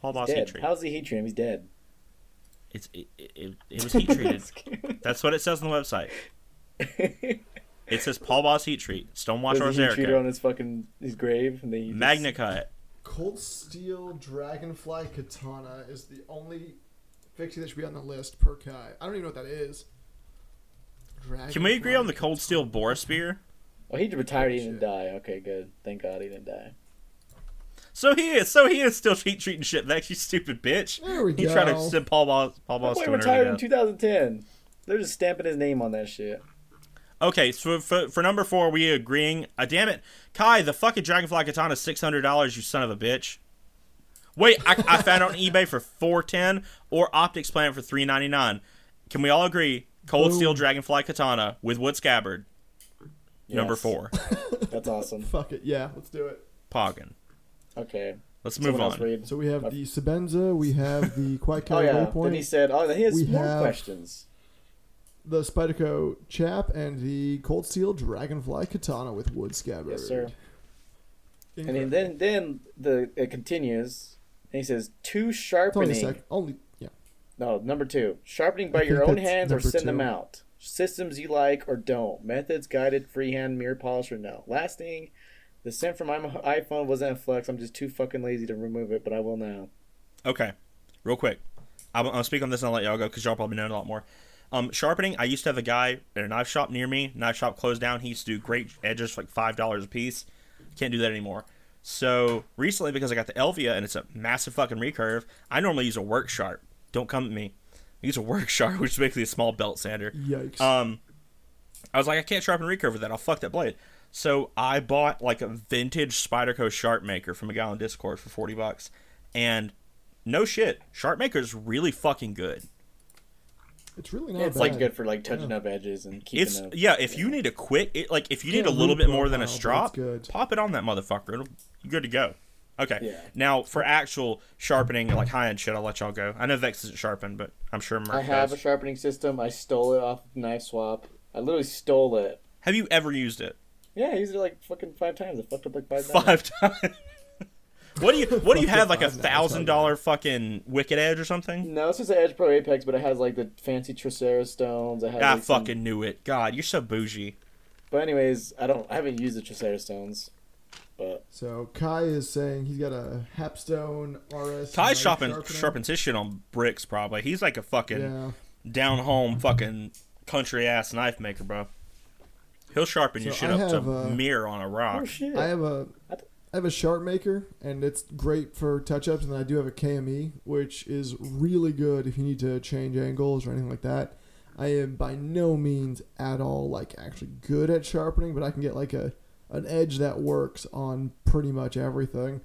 S2: Paul Boss heat
S3: Dead.
S2: treat.
S3: How's he hate treating him? He's dead.
S2: It's it, it, it, it was heat treated. That's what it says on the website. It says Paul Boss Heat Treat, Stonewash
S3: Does he heat treat her on
S2: Rosarica,
S3: his fucking his grave and then he just-
S2: Magna Cut.
S1: Cold Steel Dragonfly Katana is the only fixie that should be on the list per Kai. I don't even know what that is.
S2: Can we agree
S1: Dragonfly
S2: on the Cold Steel Boar Spear?
S3: Oh, he retired. He
S1: Oh,
S3: didn't
S1: shit.
S3: die. Okay, good. Thank God he didn't die.
S2: So he is, so he is still heat treating shit back, you stupid bitch.
S1: There we
S2: You trying to
S1: go.
S2: send Paul Boss, Paul
S3: That
S2: Boss
S3: boy
S2: to an
S3: retired
S2: early
S3: in
S2: death.
S3: 2010. They're just stamping his name on that shit.
S2: Okay, so for, for number four, we agreeing. Ah, damn it, Kai, the fucking Dragonfly Katana is six hundred dollars. You son of a bitch. Wait, I, I found it on eBay for four ten or Optics Planet for three ninety nine. Can we all agree? Cold Steel
S1: Boom.
S2: Dragonfly Katana with wood scabbard. Number
S3: Yes.
S2: four,
S3: That's awesome.
S1: Fuck it, yeah, let's do it.
S2: Poggin.
S3: Okay.
S2: Let's
S3: Someone
S2: move
S3: else
S2: on.
S3: read.
S1: So we have the Sebenza, we have the Quite
S3: Oh
S1: Kai
S3: yeah. Then he
S1: Waypoint,
S3: said, "Oh, he has
S1: We
S3: more
S1: have-
S3: questions."
S1: the Spyderco Chap, and the Cold Steel Dragonfly Katana with Wood Scabbard.
S3: Yes, sir.
S1: Incredible.
S3: And then then the it continues. And he says,
S1: It's
S3: two
S1: only,
S3: sharpening."
S1: sec- only yeah.
S3: No, number two, sharpening by
S1: I
S3: your
S1: think
S3: own
S1: that's
S3: hands or
S1: number
S3: send them
S1: two.
S3: out. Systems you like or don't. Methods, guided, freehand, mirror polish, or no. Last thing, the sent from my iPhone wasn't in flex. I'm just too fucking lazy to remove it, but I will now.
S2: Okay, real quick. I'm, I'll speak on this and I'll let y'all go because y'all probably know a lot more. Um, sharpening. I used to have a guy at a knife shop near me. Knife shop closed down. He used to do great edges for like five dollars a piece. Can't do that anymore. So recently, because I got the Elvia and it's a massive fucking recurve, I normally use a work sharp. Don't come at me. I use a work sharp, which is basically a small belt sander.
S1: Yikes.
S2: Um, I was like, I can't sharpen recurve with that. I'll fuck that blade. So I bought like a vintage Spyderco sharp maker from a guy on Discord for forty bucks, and no shit, sharp maker is really fucking good.
S1: it's really not
S3: It's
S1: bad.
S3: like good for like touching up edges and keeping
S2: It's
S3: up.
S2: yeah. If you need a quick, it, like if you need
S1: Can't
S2: a little bit
S1: loop
S2: more than a
S1: profile, but it's
S2: strop,
S1: Oh, good.
S2: pop it on that motherfucker. It'll you're good to go. Okay.
S3: Yeah.
S2: Now for actual sharpening, like high end shit, I'll let y'all go. I know Vex isn't sharpened, but I'm sure Merc
S3: I have a
S2: does.
S3: sharpening system. I stole it off of Knife Swap. I literally stole it.
S2: Have you ever used it?
S3: Yeah, I used it like fucking five times. I fucked up like five times.
S2: Five times. What do you what do you
S1: Fuck
S2: have like
S1: it,
S2: a
S1: I'm not- I'm
S2: thousand dollar fucking Wicked Edge or something?
S3: No, it's just an Edge Pro Apex, but it has like the fancy Tricera stones. It has,
S2: I
S3: like, some-
S2: Ah, fucking knew it. God, you're so bougie.
S3: But anyways, I don't. I haven't used the Tricera stones, but
S1: So Kai is saying he's got a Hapstone RS.
S2: Ty's
S1: knife
S2: shopping
S1: sharpener.
S2: sharpens his shit on bricks probably. He's like a fucking
S1: Yeah.
S2: down home fucking country ass knife maker, bro. He'll sharpen your
S1: So
S2: shit
S1: I
S2: up
S1: have,
S2: to
S1: uh,
S2: mirror on a rock.
S3: oh shit!
S1: I have a I have a sharp maker and it's great for touch ups and then I do have a KME which is really good if you need to change angles or anything like that. I am by no means at all like actually good at sharpening, but I can get like a an edge that works on pretty much everything.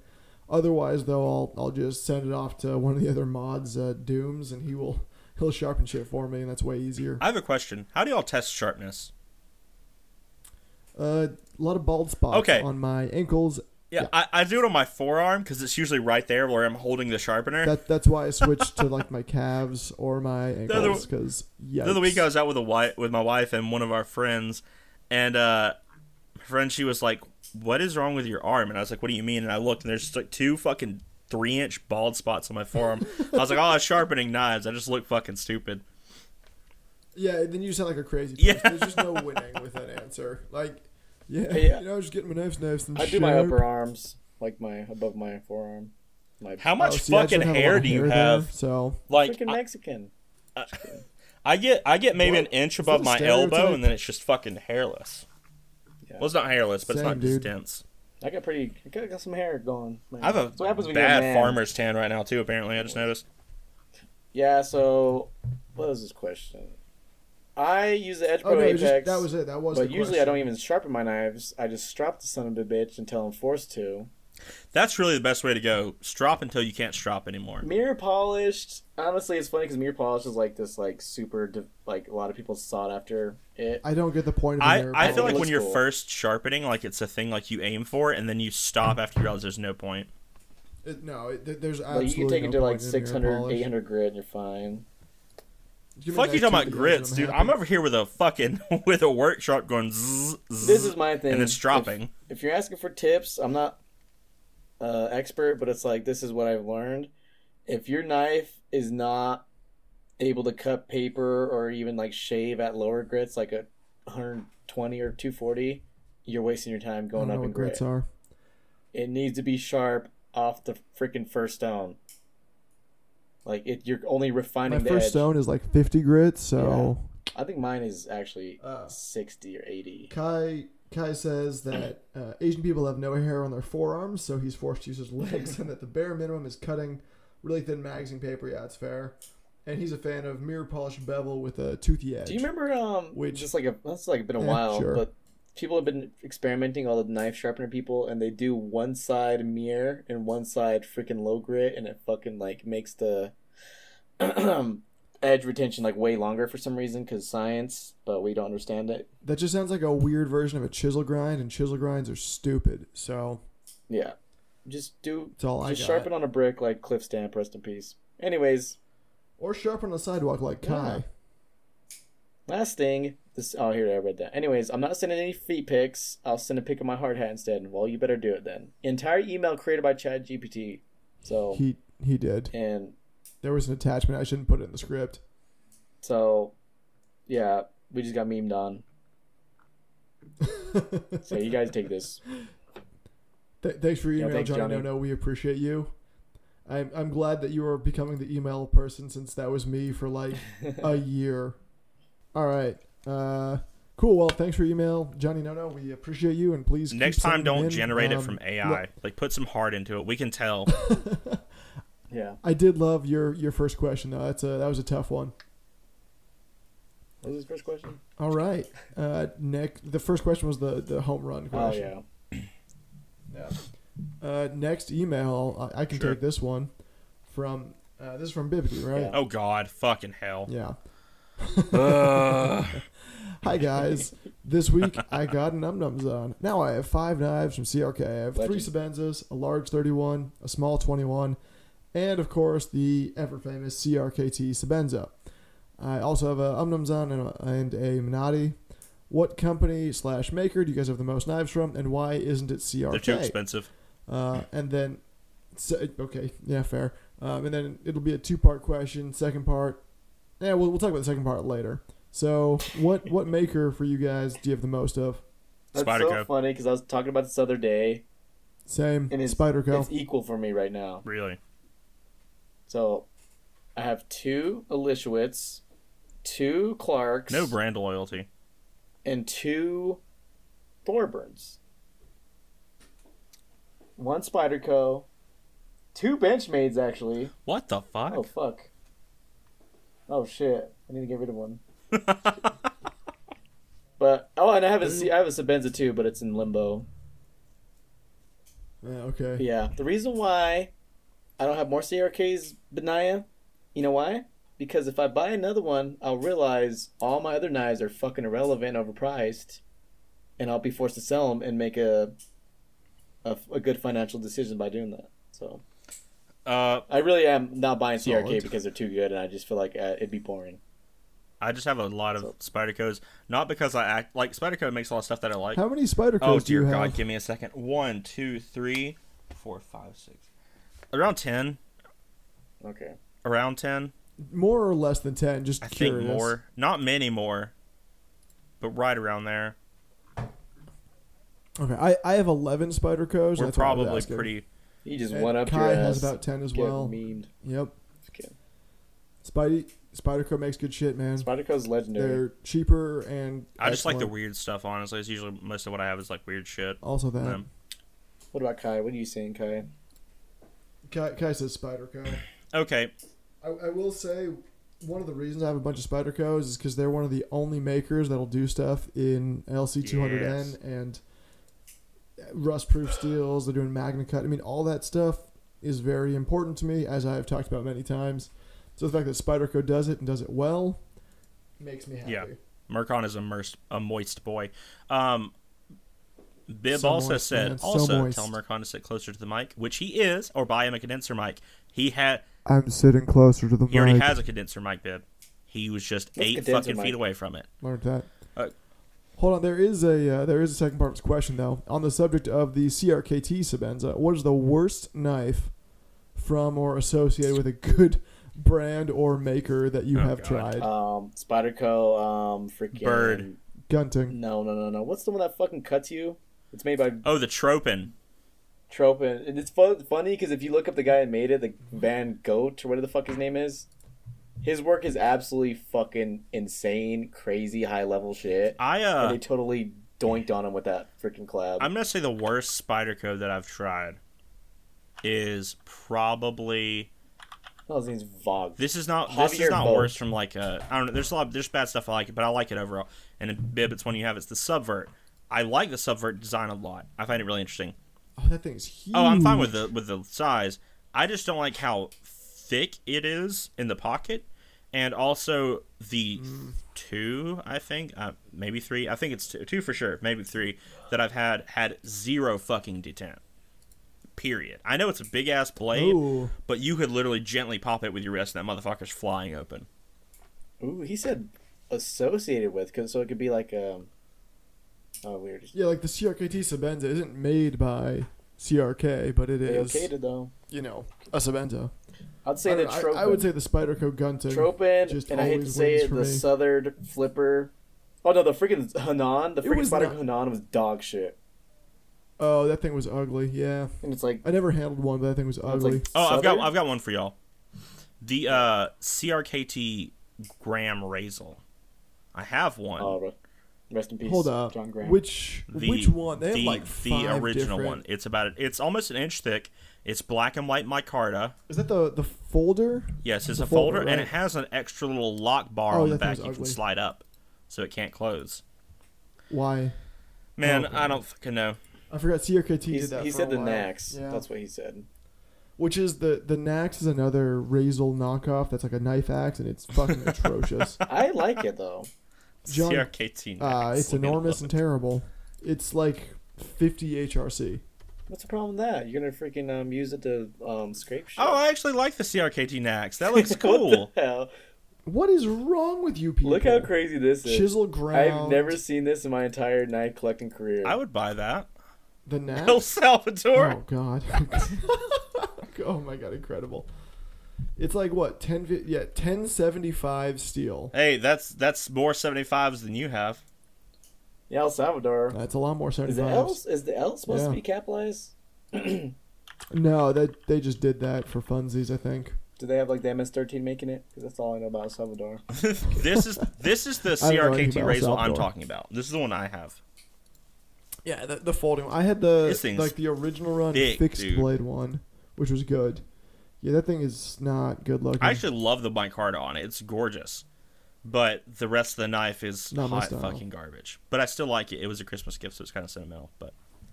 S1: Otherwise though I'll I'll just send it off to one of the other mods uh, dooms and he will he'll sharpen shit for me and that's way easier.
S2: I have a question. How do y'all test sharpness?
S1: Uh, a lot of bald spots
S2: Okay.
S1: on my ankles.
S2: Yeah,
S1: Yeah.
S2: I, I do it on my forearm because it's usually right there where I'm holding the sharpener.
S1: That that's why I switched to like my calves or my
S2: other-
S1: ankles because yeah.
S2: The other week I was out with a wife, with my wife and one of our friends, and uh, my friend she was like, "What is wrong with your arm?" And I was like, "What do you mean?" And I looked, and there's just, like two fucking three inch bald spots on my forearm. I was like, "Oh, I was sharpening knives. I just look fucking stupid."
S1: Yeah, then you sound like a crazy.
S2: Yeah.
S1: Person. There's just no winning with that answer. Like, yeah,
S3: Yeah.
S1: you know, just getting my knives, knives, and
S3: I do my upper arms, like my above my forearm. My
S2: How
S1: Oh,
S2: much
S1: see, I just
S2: fucking
S1: don't have a lot
S2: hair
S1: of
S2: do you
S1: hair there,
S2: have?
S1: so
S2: Like,
S3: freaking
S2: I,
S3: Mexican.
S2: I get, I get maybe
S1: What?
S2: an inch
S1: Is that
S2: above
S1: a
S2: my
S1: stereotype?
S2: elbow, and then it's just fucking hairless.
S3: Yeah.
S2: Well, it's not hairless, but it's
S1: Same,
S2: not
S1: dude.
S2: just dense.
S3: I got pretty. I got, got some hair going. Man.
S2: I have a
S3: That's what happens when you're a
S2: bad
S3: man.
S2: farmer's tan right now too. Apparently, I just noticed.
S3: Yeah. So, what was this question? I use the Edge
S1: Oh
S3: Pro
S1: no, it was
S3: Apex.
S1: just, that was it. That was.
S3: But
S1: the
S3: usually I
S1: question.
S3: don't even sharpen my knives. I just strap the son of a bitch until I'm forced to.
S2: That's really the best way to go. Strop until you can't strop anymore.
S3: Mirror polished. Honestly, it's funny because mirror polished is like this, like super, div- like a lot of people sought after it.
S1: I don't get the point of
S2: I,
S1: hair.
S2: I
S3: think
S2: feel
S3: it
S2: like
S3: looks
S2: when you're
S3: cool.
S2: first sharpening, like it's a thing like you aim for, and then you stop after you realize there's no point.
S1: It- no, it, there- there's absolutely
S3: Like you can take
S1: no
S3: it to like
S1: point in hair
S3: 600,
S1: polish.
S3: 800 grit, and you're fine.
S2: Mm-hmm.
S1: Give me
S2: Fuck
S1: that
S2: you talking
S1: 250
S2: about grits,
S1: and
S2: dude.
S1: happy.
S2: I'm over here with a fucking with a work sharp going zzz, zzz,
S3: This is my thing.
S2: and it's
S3: If-
S2: dropping.
S3: If, you're asking for tips, I'm not uh, expert, but it's like this is what I've learned. If your knife is not able to cut paper or even like shave at lower grits, like a 120 or 240, you're wasting your time
S1: I don't
S3: going
S1: know
S3: up in
S1: what
S3: grit.
S1: grits are.
S3: it needs to be sharp off the freaking first stone. Like it, you're only
S1: My
S3: refining the
S1: first
S3: edge.
S1: stone is like 50 grits, so.
S3: I think mine is actually
S1: Oh.
S3: sixty or eighty.
S1: Kai Kai says that uh, Asian people have no hair on their forearms, so he's forced to use his legs, and that the bare minimum is cutting really thin magazine paper. Yeah, it's fair. And he's a fan of mirror polished bevel with a toothy edge.
S3: Do you remember? Um,
S1: Which-
S3: just like a that's like been a
S1: Yeah,
S3: while,
S1: sure.
S3: but people have been experimenting all the knife sharpener people, and they do one side mirror and one side freaking low grit, and it fucking like makes the edge retention like way longer for some reason because science, but we don't understand it.
S1: That just sounds like a weird version of a chisel grind, and chisel grinds are stupid. So
S3: Yeah, just do
S1: that's all I
S3: Just
S1: got.
S3: sharpen on a brick like Cliff Stamp, rest in peace. Anyways,
S1: or sharpen on the sidewalk like Kai.
S3: last thing. This oh here I read that. Anyways, I'm not sending any feet pics. I'll send a pic of my hard hat instead. Well, you better do it then. Entire email created by ChatGPT. So
S1: He he did.
S3: and
S1: There was an attachment. I shouldn't put it in the script.
S3: so, yeah, we just got memed on. So you guys take this.
S1: Th- thanks for your
S3: Yeah,
S1: email,
S3: thanks,
S1: Johnny.
S3: Johnny.
S1: No, no, we appreciate you. I'm, I'm glad that you are becoming the email person since that was me for like a year. All right. Uh, cool. Well, thanks for your email, Johnny. No, no, we appreciate you, and please keep
S2: Next time,
S1: sending
S2: don't
S1: in.
S2: generate it
S1: Um,
S2: from AI. Like put some heart into it. We can tell.
S3: Yeah,
S1: I did love your your first question though. That's a that was a tough one.
S3: what was his first question?
S1: All right, uh, Nick. The first question was the the home run
S3: Oh
S1: question.
S3: yeah,
S1: Uh, next email, I, I can
S2: Sure.
S1: take this one from uh, this is from Bibbity, right?
S3: Yeah.
S2: oh God, fucking hell.
S1: yeah.
S2: Ugh.
S1: Hi guys. this week I got a num nums on. Now I have five knives from CRK. I have three Sabenzas, a large 31, a small 21, and of course the ever famous CRKT Sabenza. I also have a um nums on and a, and a Minati. What company slash maker do you guys have the most knives from, and why isn't it CRK?
S2: They're too expensive.
S1: Uh, and then Se- okay, yeah, fair. Um, and then it'll be a two-part question. Second part, yeah, we'll, we'll talk about the second part later. So, what what maker for you guys do you have the most of?
S3: That's so
S2: Spyderco.
S3: funny because I was talking about this other day,
S1: Same
S3: and it's
S1: Spyderco.
S3: It's e- equal for me right now.
S2: Really?
S3: So I have two Elishwitz, two Clarks,
S2: No brand loyalty.
S3: and two Thorburns. One Spyderco, two Benchmaids actually.
S2: What the fuck?
S3: Oh fuck. Oh shit! I need to get rid of one. But oh, and I have a C- I have a Sabenza too, but it's in limbo.
S1: Yeah, okay.
S3: Yeah. The reason why I don't have more CRKs, Benaya, you know why? Because if I buy another one, I'll realize all my other knives are fucking irrelevant, overpriced, and I'll be forced to sell them and make a a, a good financial decision by doing that. So
S2: Uh,
S3: I really am not buying CRK
S1: Solid.
S3: because they're too good, and I just feel like uh, it'd be boring.
S2: I just have a lot of Spyderco's. Not because I act like Spyderco makes a lot of stuff that I like.
S1: How many Spydercos
S2: Oh
S1: do you
S2: dear God!
S1: have?
S2: Give me a second. One, two, three, four, five, six. Around ten.
S3: Okay.
S2: Around ten.
S1: More or less than ten? Just
S2: I
S1: curious.
S2: think more. Not many more, but right around there.
S1: Okay, I, I have eleven Spydercos.
S2: We're
S1: that's why I was
S2: probably
S1: asking.
S2: pretty.
S3: You just
S1: And
S3: one up
S1: Kai
S3: your ass.
S1: has about ten as
S3: Get
S1: well.
S3: memed.
S1: Yep.
S3: Just kidding.
S1: Spidey Spyderco makes good shit, man.
S3: Spyderco's legendary.
S1: They're cheaper and
S2: I just like the
S1: excellent.
S2: weird stuff. Honestly, it's usually most of what I have is like weird shit.
S1: also that.
S2: Um,
S3: What about Kai? What are you saying, Kai?
S1: Kai, Kai says Spyderco.
S2: okay.
S1: I, I will say one of the reasons I have a bunch of Spydercos is because they're one of the only makers that'll do stuff in LC200N
S2: Yes.
S1: and rust-proof steels. They're doing Magna Cut. I mean, all that stuff is very important to me, as I have talked about many times. So the fact that Spyderco does it and does it well makes me happy.
S2: Yeah. Murcon is a, merc- a moist boy. Um, Bib
S1: So
S2: also
S1: moist,
S2: said,
S1: man, so
S2: also
S1: moist.
S2: tell Murcon to sit closer to the mic, which he is, or buy him a condenser mic. He had
S1: I'm sitting closer to the
S2: he already has a condenser mic, Bib. He was just
S3: What's
S2: eight
S3: condenser
S2: fucking
S3: mic?
S2: feet away from it.
S1: Learned that.
S2: Uh,
S1: Hold on, there is a uh, there is a second part of this question though on the subject of the CRKT Sabenza. What is the worst knife from or associated with a good brand or maker that you
S2: Oh,
S1: have
S2: God.
S1: tried?
S3: Um, Spyderco, um, freaking
S2: Bird.
S1: Gunting.
S3: No, no, no, no. What's the one that fucking cuts you? It's made by
S2: Oh, the Tropin.
S3: Tropin. And it's fun, funny because if you look up the guy that made it, the Van Goat or whatever the fuck his name is, his work is absolutely fucking insane, crazy, high level shit.
S2: I
S3: and
S2: uh,
S3: they totally doinked on him with that freaking collab.
S2: I'm gonna say the worst spider code that I've tried is probably
S3: Oh, his name's Vogue.
S2: this is not this
S3: Javier
S2: is not
S3: Bo.
S2: worse from like uh I don't know there's a lot there's bad stuff I like but I like it overall and in bib it's one you have it's the subvert I like the subvert design a lot I find it really interesting
S1: Oh, that thing's huge.
S2: oh I'm fine with the with the size I just don't like how thick it is in the pocket and also the two I think uh, maybe three I think it's two, two for sure maybe three that I've had had zero fucking detent period I know it's a big ass blade
S1: Ooh.
S2: but you could literally gently pop it with your wrist and that motherfucker's flying open
S3: Ooh, he said associated with, cause, so it could be like um. Oh, weird.
S1: Yeah, like the CRKT Sabenza isn't made by CRK, but it
S3: They
S1: is
S3: okayed it though.
S1: you know a Sabenza.
S3: I'd say
S1: I,
S3: the
S1: don't know,
S3: Tropin.
S1: I, I would say the Spyderco Gunting.
S3: Tropin,
S1: just
S3: and I hate to
S1: always
S3: say
S1: wins
S3: it,
S1: for
S3: the
S1: me.
S3: Southern Flipper. Oh no, the freaking Hanan, the
S1: It
S3: freaking
S1: was
S3: Spider
S1: not-
S3: Hanan was dog shit,
S1: Oh, that thing was ugly. Yeah,
S3: and it's like
S1: I never handled one, but that thing was
S3: it's
S1: ugly.
S3: like
S2: Oh, I've got
S3: Southern?
S2: I've got one for y'all. The uh, CRKT Graham Razel. I have one.
S3: Oh, re- rest in peace,
S1: Hold up.
S3: John Graham.
S1: Which
S2: the,
S1: which one? They have
S2: the,
S1: like
S2: the
S1: five
S2: original
S1: different-
S2: one. It's about it's almost an inch thick. It's black and white micarta.
S1: Is that the the folder?
S2: Yes, it's
S1: The
S2: a folder,
S1: folder,
S2: and
S1: right.
S2: it has an extra little lock bar
S1: Oh,
S2: on the
S1: that thing's
S2: back you can
S1: ugly.
S2: slide up, so it can't close.
S1: Why?
S2: Man,
S1: Oh, okay.
S2: I don't fucking know.
S1: I forgot. CRKT
S3: He's-
S1: did that.
S3: he
S1: for
S3: said
S1: a
S3: the
S1: while.
S3: Nax.
S1: Yeah.
S3: That's what he said.
S1: Which is the the Nax is another Razel knockoff. That's like a knife axe, and it's fucking atrocious.
S3: I like it though.
S1: John-
S2: CRKT.
S1: Uh,
S2: Max.
S1: it's
S2: Let me
S1: enormous and
S2: look.
S1: terrible. It's like 50 HRC.
S3: What's the problem with that? You're gonna freaking um, use it to um, scrape shit.
S2: Oh, I actually like the CRKT Nax. That looks
S3: What
S2: cool.
S3: the hell?
S1: What is wrong with you people?
S3: Look how crazy this is.
S1: Chisel ground.
S3: I've never seen this in my entire knife collecting career.
S2: I would buy that.
S1: the
S2: El
S1: Nax.
S2: Salvador.
S1: Oh God. oh my god, incredible. It's like what ten? fi- Yeah, ten seventy five steel.
S2: Hey, that's that's more 75s than you have.
S3: Yeah, El Salvador.
S1: That's a lot more seventy
S3: Is the
S1: five.
S3: L is the L supposed
S1: Yeah.
S3: to be capitalized?
S1: No, that they just did that for funsies, I think.
S3: Do they have like the MS-13 making it? Because that's all I know about El Salvador.
S2: this is this is the
S1: I don't know anything
S2: CRKT
S1: about
S2: Razel I'm
S1: Salvador.
S2: talking about. This is the one I have.
S1: Yeah, the, the folding. I had the
S2: This thing's
S1: like the original run
S2: thick,
S1: fixed
S2: dude.
S1: blade one, which was good. Yeah, that thing is not good looking.
S2: I actually love the micarta on it. It's gorgeous. But the rest of the knife is
S1: Not my
S2: hot
S1: style.
S2: fucking garbage. But I still like it. It was a Christmas gift, so it's kind of sentimental. But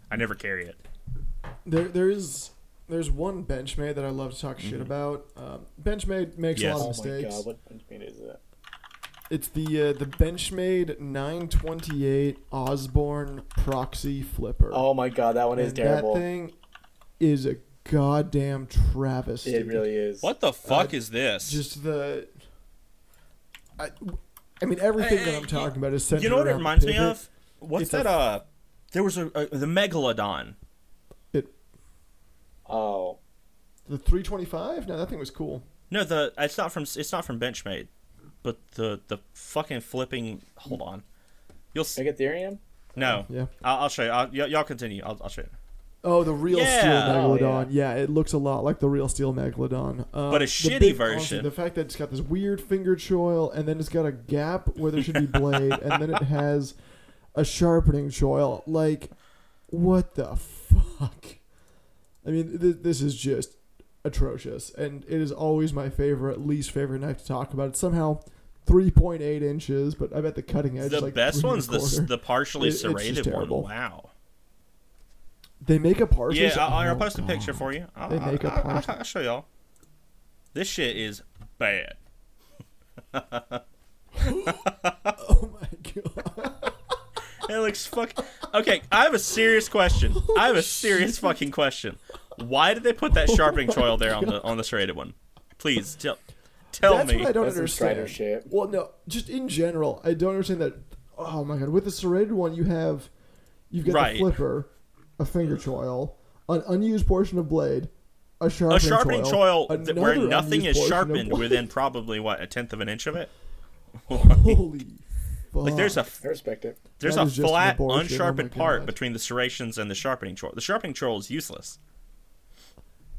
S2: I never carry it.
S1: There, there is there's one Benchmade that I love to talk shit about. Um, Benchmade makes
S2: Mm-hmm. Yes.
S1: a lot
S3: Oh
S1: of
S3: my
S1: mistakes.
S3: god, what country is that?
S1: It's the uh, the Benchmade 928 Osborne Proxy Flipper.
S3: Oh my god, that one is
S1: And
S3: terrible.
S1: That thing is a goddamn travesty.
S3: It really is.
S2: What the fuck is this?
S1: Uh, Just the. I, I mean, everything that I'm talking about is centered
S2: you know what it
S1: around
S2: reminds me
S1: pivot.
S2: of? What's
S1: It's a-
S2: that? uh, there was a, a the Megalodon.
S1: It,
S3: Oh,
S1: the 325? No, that thing was cool.
S2: No, the it's not from it's not from Benchmade, but the the fucking flipping. Hold on, you'll see.
S3: Megatherium?
S2: No,
S1: Yeah.
S2: I'll, I'll show you. I'll, y- y'all continue. I'll, I'll show you.
S1: Oh, the real steel
S2: Yeah.
S3: Oh,
S1: megalodon. yeah. it looks a lot like the real steel megalodon. Um,
S2: But a
S1: the
S2: shitty
S1: big-
S2: version.
S1: honestly, the fact that it's got this weird finger choil, and then it's got a gap where there should be blade, and then it has a sharpening choil. Like, what the fuck? I mean, th- this is just atrocious, and it is always my favorite, least favorite knife to talk about. It's somehow 3.8 inches, but I bet the cutting edge.
S2: the
S1: is like
S2: best
S1: three and
S2: one's
S1: a
S2: the s-
S1: quarter.
S2: the partially
S1: It- it's just
S2: serrated one.
S1: terrible.
S2: Wow.
S1: They make a partial.
S2: Yeah, I'll,
S1: oh,
S2: I'll post a
S1: God.
S2: picture for you. I'll,
S1: They
S2: I'll-
S1: make a
S2: I'll-
S1: punch.
S2: I'll- I'll show y'all. This shit is bad.
S1: Oh my god.
S2: It looks fuck. Okay, I have a serious question. I have a serious fucking question. Why did they put
S1: Oh
S2: that sharpening choil there on the on the serrated one? Please tell tell
S1: That's
S2: me.
S1: what I don't
S3: That's some
S1: understand.
S3: Strider shit.
S1: Well, no, just in general, I don't understand that. Oh my god, with the serrated one, you have, you've got
S2: Right.
S1: the flipper, a finger choil, an unused portion of blade, a sharpening,
S2: a sharpening choil that, where
S1: another
S2: nothing is
S1: unused portion of
S2: sharpened
S1: blade.
S2: within probably what a tenth of an inch of it.
S1: Holy, fuck.
S2: Like there's a
S3: I respect it.
S2: there's
S1: That
S2: a
S1: is just an
S2: flat
S1: abortion. Oh my
S2: unsharpened part
S1: God.
S2: between the serrations and the sharpening choil. The sharpening choil is useless.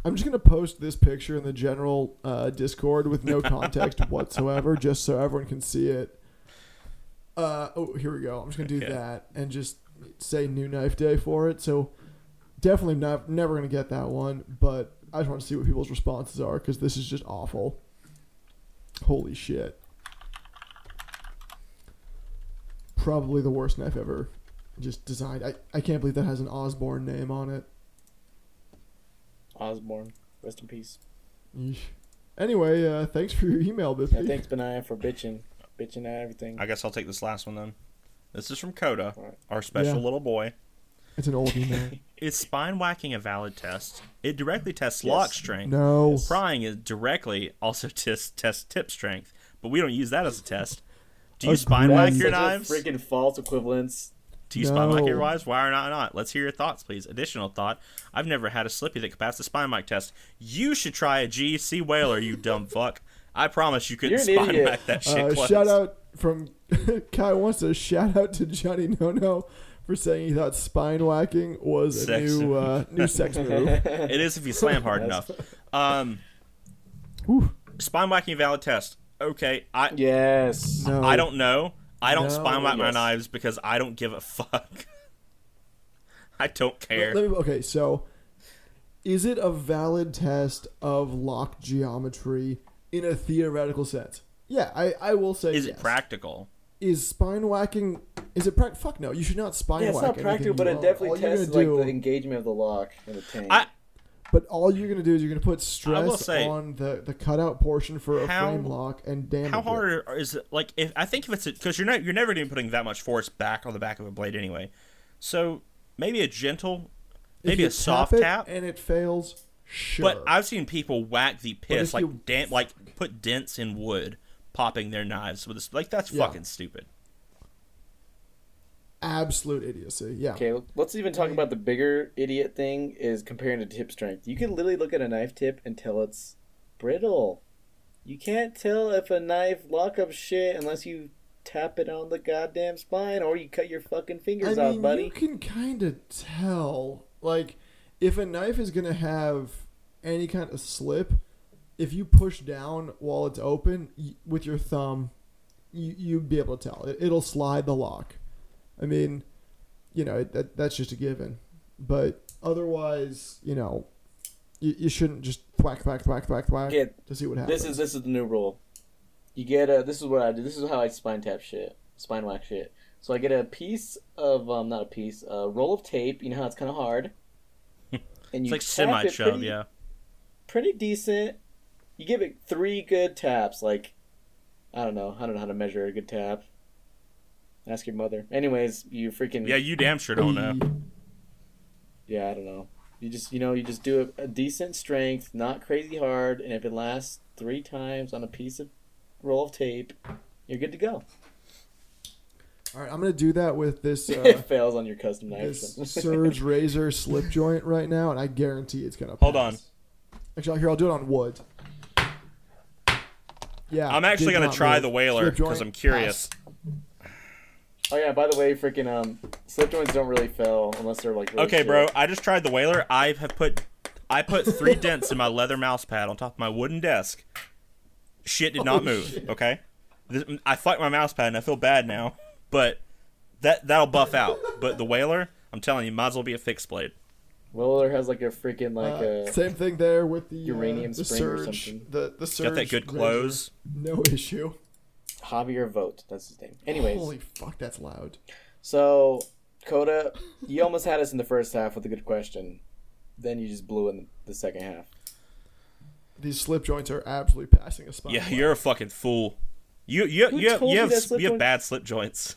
S1: I'm just gonna post this picture in the general uh, Discord with no context whatsoever, just so everyone can see it. Uh, oh, here we go. I'm just gonna do
S2: Okay.
S1: that and just say New Knife Day for it. So definitely not never gonna get that one, but I just want to see what people's responses are because this is just awful. Holy shit! Probably the worst knife ever, just designed. I I can't believe that has an Osborne name on it.
S3: Osborne, rest in peace.
S1: Yeesh. Anyway, uh, thanks for your email,
S3: Yeah,
S1: Biffy.
S3: thanks, Benaiah, for bitching, bitching at everything.
S2: I guess I'll take this last one then. This is from Coda,
S3: All right.
S2: our special
S1: Yeah.
S2: little boy.
S1: It's an old email.
S2: Is spine whacking a valid test? It directly tests
S3: Yes.
S2: lock strength.
S1: No.
S2: Prying is directly also tes- tests tip strength, but we don't use that as a test. Do you
S1: Agreed.
S2: spine whack
S3: That's
S2: your
S3: such a
S2: knives?
S3: Freaking false equivalence.
S2: Do you spine whack your
S1: No.
S2: knives? Why or not not? Let's hear your thoughts, please. Additional thought. I've never had a slippy that could pass the spine mic test. You should try a GC whaler, you dumb fuck. I promise you couldn't
S3: You're an
S2: spine
S3: idiot.
S2: whack that shit
S1: Uh,
S2: close.
S1: shout out from Kai wants a shout out to Johnny No No for saying he thought spine whacking was a
S2: Sex
S1: new uh, new sex move.
S2: It is if you slam hard enough. Um,
S1: Whew.
S2: spine whacking valid test. Okay, I
S3: Yes.
S1: No.
S2: I don't know. I don't
S1: No.
S2: spine whack my
S3: Yes.
S2: knives because I don't give a fuck. I don't care.
S1: Let me, okay, so is it a valid test of lock geometry in a theoretical sense? Yeah, I, I will say
S2: is it
S1: yes.
S2: practical?
S1: Is spine whacking? Is it prac? Fuck no! You should not spine
S3: Yeah, it's
S1: whack.
S3: not practical,
S1: anything
S3: but
S1: you
S3: it
S1: own.
S3: definitely
S1: All you're
S3: tests like
S1: gonna
S3: the
S1: do-
S3: engagement of the lock and the tank.
S2: I
S1: But all you're gonna do is you're gonna put
S2: will
S1: stress
S2: say-
S1: on the, the cutout portion for a
S2: How-
S1: frame lock and damage.
S2: how
S1: it.
S2: hard is it? Like if I think if it's because you're not you're never even putting that much force back on the back of a blade anyway. So maybe a gentle,
S1: If
S2: maybe
S1: you
S2: a soft
S1: tap, it
S2: tap.
S1: and it fails. Sure,
S2: But I've seen people whack the piss
S1: if
S2: like
S1: you-
S2: dent like put dents in wood, popping their knives with this. Like that's
S1: Yeah.
S2: fucking stupid.
S1: absolute idiocy. Yeah.
S3: Okay, let's even talk about the bigger idiot thing is comparing to tip strength. You can literally look at a knife tip and tell it's brittle. You can't tell if a knife lock up shit unless you tap it on the goddamn spine or you cut your fucking fingers
S1: I
S3: off,
S1: mean,
S3: buddy.
S1: you can kind of tell, like, if a knife is gonna have any kind of slip, if you push down while it's open y- with your thumb, you you'd be able to tell. It, it'll slide the lock. I mean, you know it, that that's just a given. But otherwise, you know, you, you shouldn't just thwack thwack thwack thwack thwack
S3: Okay,
S1: to see what happens.
S3: This is this is the new rule. You get a. This is what I do. This is how I spine tap shit, spine whack shit. So I get a piece of um, not a piece, a roll of tape. You know how it's kind of hard.
S2: It's
S3: And you
S2: like
S3: tap
S2: semi
S3: it
S2: shove,
S3: pretty-
S2: yeah.
S3: pretty decent. You give it three good taps. Like, I don't know. I don't know how to measure a good tap. Ask your mother. Anyways, you freaking
S2: Yeah, you damn sure don't know.
S3: yeah, I don't know. You just you know you just do a, a decent strength, not crazy hard, and if it lasts three times on a piece of roll of tape, you're good to go.
S1: All right, I'm gonna do that with this. Uh,
S3: it fails on your custom knife.
S1: this
S3: or something.
S1: Surge Razor slip joint right now, and I guarantee it's gonna.
S2: Hold
S1: pass.
S2: on.
S1: Actually, here I'll do it on wood. Yeah,
S2: I'm actually
S1: did
S2: gonna
S1: not
S2: try
S1: move.
S2: the whaler
S1: Slip joint,
S2: because I'm curious.
S1: pass.
S3: oh yeah, by the way, freaking um, slip joints don't really fail unless they're like really
S2: Okay,
S3: short.
S2: bro, I just tried the whaler. I have put I put three dents in my leather mouse pad on top of my wooden desk. Shit did not
S1: Oh,
S2: move.
S1: shit.
S2: Okay, This- I fucked my mouse pad and I feel bad now, but that that'll buff out. But the whaler, I'm telling you, might as well be a fixed blade.
S3: Willer has like a freaking like
S1: Uh,
S3: a
S1: same thing there with the
S3: uranium
S1: uh, the
S3: spring or
S1: surge,
S3: something.
S1: The the surge
S2: Got that good
S1: razor.
S2: close.
S1: No issue.
S3: Javier Vote. That's his name. Anyways,
S1: Holy fuck, that's loud.
S3: so Coda, you almost had us in the first half with a good question. Then you just blew in the second half.
S1: These slip joints are absolutely passing a spine.
S2: Yeah, you're a fucking fool. You you you have,
S3: told
S2: you
S3: you
S2: have
S3: that slip
S2: you have
S3: joint-
S2: bad slip joints.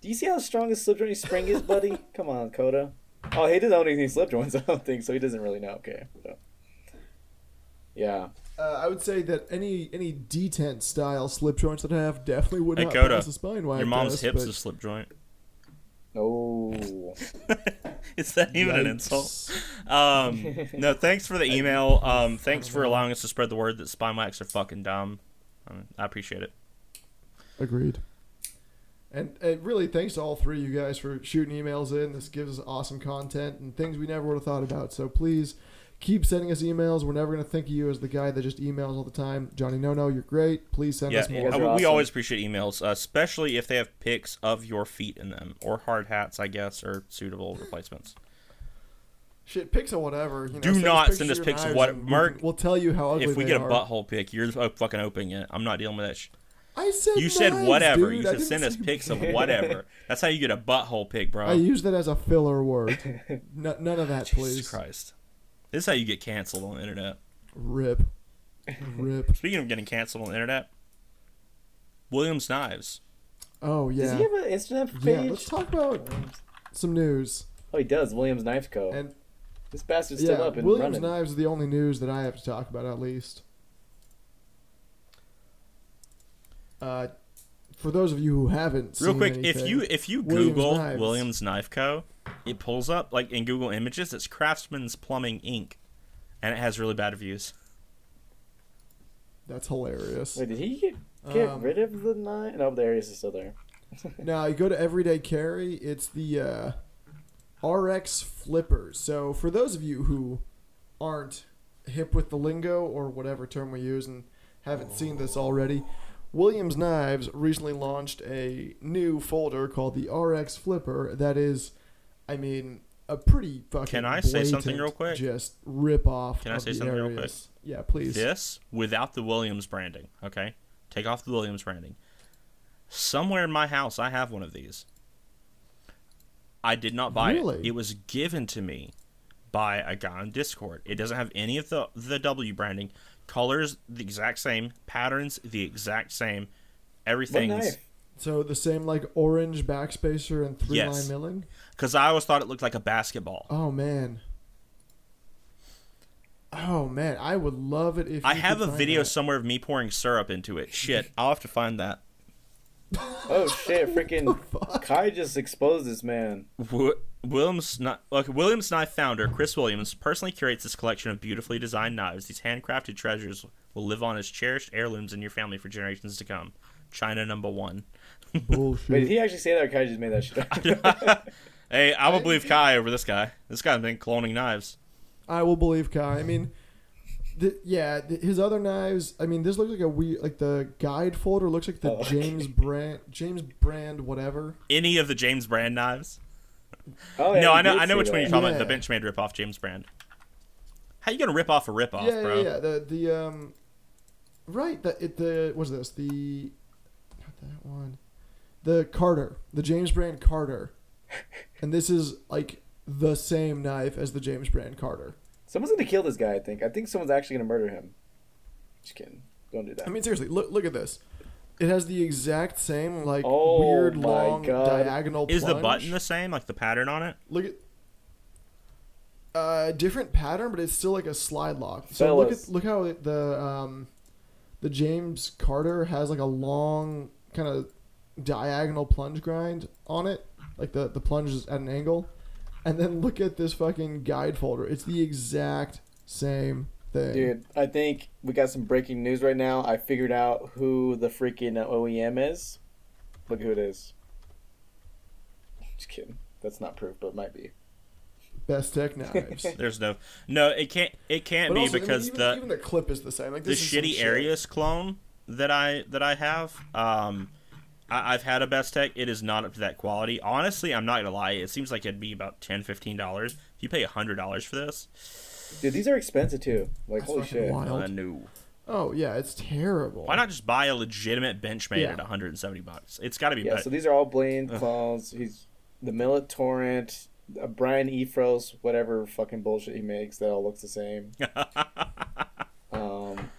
S3: Do you see how strong his slip joint spring is, buddy? Come on, Coda. Oh, he doesn't own any slip joints, I don't think, so he doesn't really know. Okay. So. Yeah.
S1: Uh, I would say that any any detent style slip joints that I have definitely would
S2: Hey,
S1: not
S2: Coda,
S1: pass a spine whack
S2: Your mom's
S1: test,
S2: hips
S1: but-
S2: a slip joint.
S3: Oh.
S2: Is that even an
S1: Yikes.
S2: insult? Um, no, thanks for the email. Um, thanks for allowing us to spread the word that spine whacks are fucking dumb. Um, I appreciate it.
S1: Agreed. And, and really, thanks to all three of you guys for shooting emails in. This gives us awesome content and things we never would have thought about. So please keep sending us emails. We're never going to think of you as the guy that just emails all the time. Johnny No No, you're great. Please send
S2: Yeah,
S1: us
S2: we-
S1: more.
S3: guys are
S2: we
S3: awesome.
S2: always appreciate emails, uh, especially if they have pics of your feet in them or hard hats. I guess are suitable replacements.
S1: Shit, pics of whatever. You know,
S2: Do not send us pics of what- Mark,
S1: Mark. We'll tell you how ugly
S2: if we
S1: they
S2: get a
S1: are.
S2: butthole pic, you're oh, fucking opening it. I'm not dealing with that. Sh-
S1: I said
S2: you said
S1: mine,
S2: whatever.
S1: dude.
S2: You
S1: I
S2: said
S1: didn't
S2: send us
S1: say-
S2: pics of whatever. That's how you get a butthole pic, bro.
S1: I use that as a filler word. N- none of that,
S2: Jesus
S1: please.
S2: Christ. This is how you get canceled on the internet.
S1: Rip. Rip.
S2: Speaking of getting canceled on the internet, Williams Knives.
S1: Oh yeah.
S3: Does he have an Instagram
S1: yeah.
S3: page?
S1: Let's talk about some news.
S3: Oh, he does. Williams Knife Co.
S1: And
S3: this bastard's
S1: yeah,
S3: still up and
S1: Williams
S3: running.
S1: knives are the only news that I have to talk about, at least. Uh, for those of you who haven't,
S2: Real
S1: seen
S2: quick, if
S1: anything,
S2: you if you
S1: Williams
S2: Google
S1: Knives.
S2: Williams Knife Co, it pulls up like in Google Images. It's Craftsman's Plumbing Inc. And it has really bad reviews.
S1: that's hilarious.
S3: Wait, did he get, get
S1: Um,
S3: rid of the knife? No, there he is. He's still there.
S1: now you go to Everyday Carry. It's the uh, RX flippers. So for those of you who aren't hip with the lingo or whatever term we use and haven't seen this already, Williams Knives recently launched a new folder called the RX Flipper. That is, I mean, a pretty fucking.
S2: Can I say something
S1: blatant
S2: real quick?
S1: Just rip off.
S2: Can I
S1: of
S2: say
S1: the
S2: something real quick?
S1: areas. Yeah, please.
S2: This without the Williams branding, okay? Take off the Williams branding. Somewhere in my house I have one of these. I did not buy it.
S1: Really?
S2: It was given to me by a guy on Discord. It doesn't have any of the the W branding. Colors the exact same, patterns the exact same,
S3: What
S2: everything's
S3: knife?
S1: So the same like orange backspacer and three
S2: Yes.
S1: line milling.
S2: Because I always thought it looked like a basketball.
S1: Oh man. Oh man, I would love it if
S2: I
S1: you
S2: have
S1: could
S2: a
S1: find
S2: video
S1: that.
S2: somewhere of me pouring syrup into it. Shit, I'll have to find that.
S3: Oh shit! Freaking
S1: fuck?
S3: Kai just exposed this man.
S2: Wi- William Sni- okay, Williams Knife founder Chris Williams personally curates this collection of beautifully designed knives. These handcrafted treasures will live on as cherished heirlooms in your family for generations to come. China number one.
S1: Bullshit.
S3: Wait, did he actually say that? Or Kai just made that shit up.
S2: hey, I will believe Kai over this guy. This guy's been cloning knives.
S1: I will believe Kai. I mean, th- yeah, th- his other knives. I mean, this looks like a we like the guide folder looks like the
S3: Oh, okay.
S1: James Brand James Brand whatever.
S2: Any of the James Brand knives?
S3: Oh, yeah,
S2: no,
S3: he
S2: I know,
S3: did
S2: I know
S3: say
S2: which one
S3: that.
S2: you're talking about. The
S1: Yeah.
S2: Benchmade ripoff, James Brand. How you gonna rip off a ripoff,
S1: yeah,
S2: bro?
S1: yeah, yeah. The the um, right. The it the what's this the not that one, the Carter, the James Brand Carter, and this is like the same knife as the James Brand Carter.
S3: Someone's gonna kill this guy. I think. I think someone's actually gonna murder him. Just kidding. Don't do that.
S1: I mean, seriously, look look at this. It has the exact same like
S3: Oh
S1: weird
S3: my
S1: long
S3: God.
S1: diagonal.
S2: Is the
S1: plunge.
S2: button the same, like the pattern on it?
S1: look at uh different pattern but it's still like a slide lock so look
S3: Fellas.
S1: at look how it- the um the james carter has like a long kind of diagonal plunge grind on it like the the plunge is at an angle and then look at this fucking guide folder it's the exact same thing
S3: Dude, I think we got some breaking news right now. I figured out who the freaking OEM is. Look who it is. Just kidding. That's not proof, but it might be.
S1: best tech knives
S2: There's no, no. It can't. It can't
S1: But
S2: be
S1: also, I mean,
S2: because
S1: even,
S2: the
S1: even the clip is the same like
S2: the
S1: this is some
S2: shitty
S1: shit.
S2: areas clone that I that I have. Um, I, I've had a best tech. It is not up to that quality. Honestly, I'm not gonna lie. It seems like it'd be about 10 dollars. If you pay hundred dollars for this,
S3: Dude, these are expensive too. Like,
S1: That's
S3: holy
S1: fucking
S3: shit.
S1: wild.
S2: uh, no.
S1: oh yeah it's terrible
S2: Why not just buy a legitimate Benchmade
S1: Yeah.
S2: at 170 bucks? It's got to be
S3: Yeah,
S2: better.
S3: so these are all Blaine clones. He's the Millet Torrent, uh, Brian Efros, whatever fucking bullshit he makes that all looks the same. um,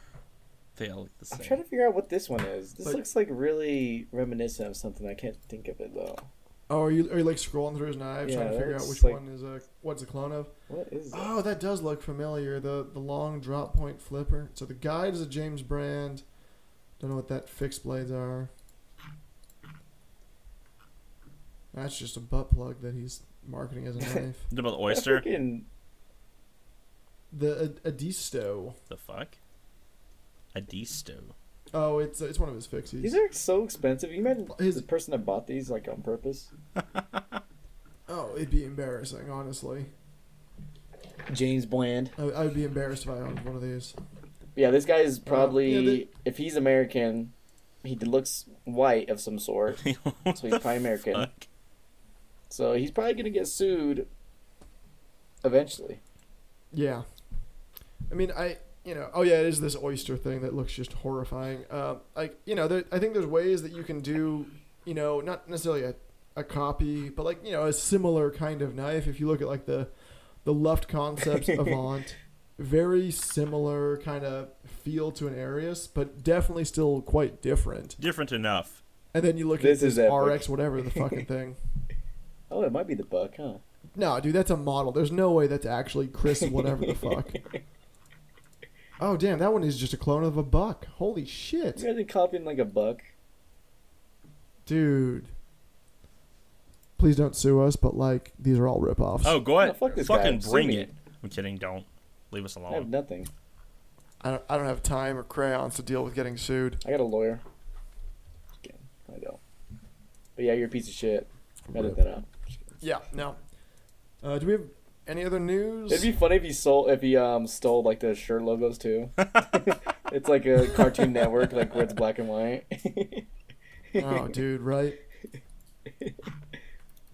S2: they all look the
S3: I'm
S2: same.
S3: trying to figure out what this one is. This
S1: Like-
S3: looks like really reminiscent of something. I can't think of it though.
S1: Oh, are you are you like scrolling through his knives
S3: Yeah,
S1: trying to figure out
S3: that's
S1: which
S3: like-
S1: one is a what's a clone of?
S3: What is that?
S1: Oh, that does look familiar. The the long drop point flipper. So the guide is a James Brand. Don't know what that fixed blades are. That's just a butt plug that he's marketing as a knife.
S2: What about the
S3: That
S2: oyster?
S3: freaking-
S1: the Ad- Adisto.
S2: the fuck? A desto.
S1: Oh, it's it's one of his fixies.
S3: These are so expensive. You imagine
S1: His-
S3: the person that bought these like on purpose.
S1: oh, it'd be embarrassing, honestly.
S3: James Bland.
S1: I, I would be embarrassed if I owned one of these.
S3: Yeah, this guy is probably
S1: Uh, yeah, they-
S3: if he's American, he d- looks white of some sort. So he's probably American.
S2: Fuck.
S3: So he's probably gonna get sued eventually.
S1: Yeah. I mean, I you know, oh yeah, it is this oyster thing that looks just horrifying. Uh, like you know, there, I think there's ways that you can do, you know, not necessarily a, a copy, but like you know, a similar kind of knife. If you look at like the the left concepts avant, very similar kind of feel to an Arius, but definitely still quite different.
S2: Different enough.
S1: And then you look
S3: This
S1: at this
S3: is epic.
S1: RX whatever the fucking thing.
S3: Oh, it might be the buck, huh?
S1: No, dude, that's a model. There's no way that's actually Chris whatever the fuck. Oh damn, that one is just a clone of a buck. Holy shit.
S3: You imagine copying like a buck.
S1: Dude. Please don't sue us, but like these are all ripoffs.
S2: Oh, go ahead.
S3: No, fuck this guy.
S2: Fucking
S3: Sue
S2: bring
S3: me.
S2: it. I'm kidding. Don't leave us
S3: I have
S2: alone.
S3: nothing.
S1: I don't, I don't have time or crayons to deal with getting sued.
S3: I got a lawyer. Okay, I don't. But yeah, you're a piece of shit.
S1: Rip.
S3: Edit that out.
S1: Yeah, no. Uh, do we have any other news?
S3: It'd be funny if he sold if he um stole like the shirt logos too. it's like a Cartoon Network, like where it's black and white.
S1: oh, dude, right?
S3: the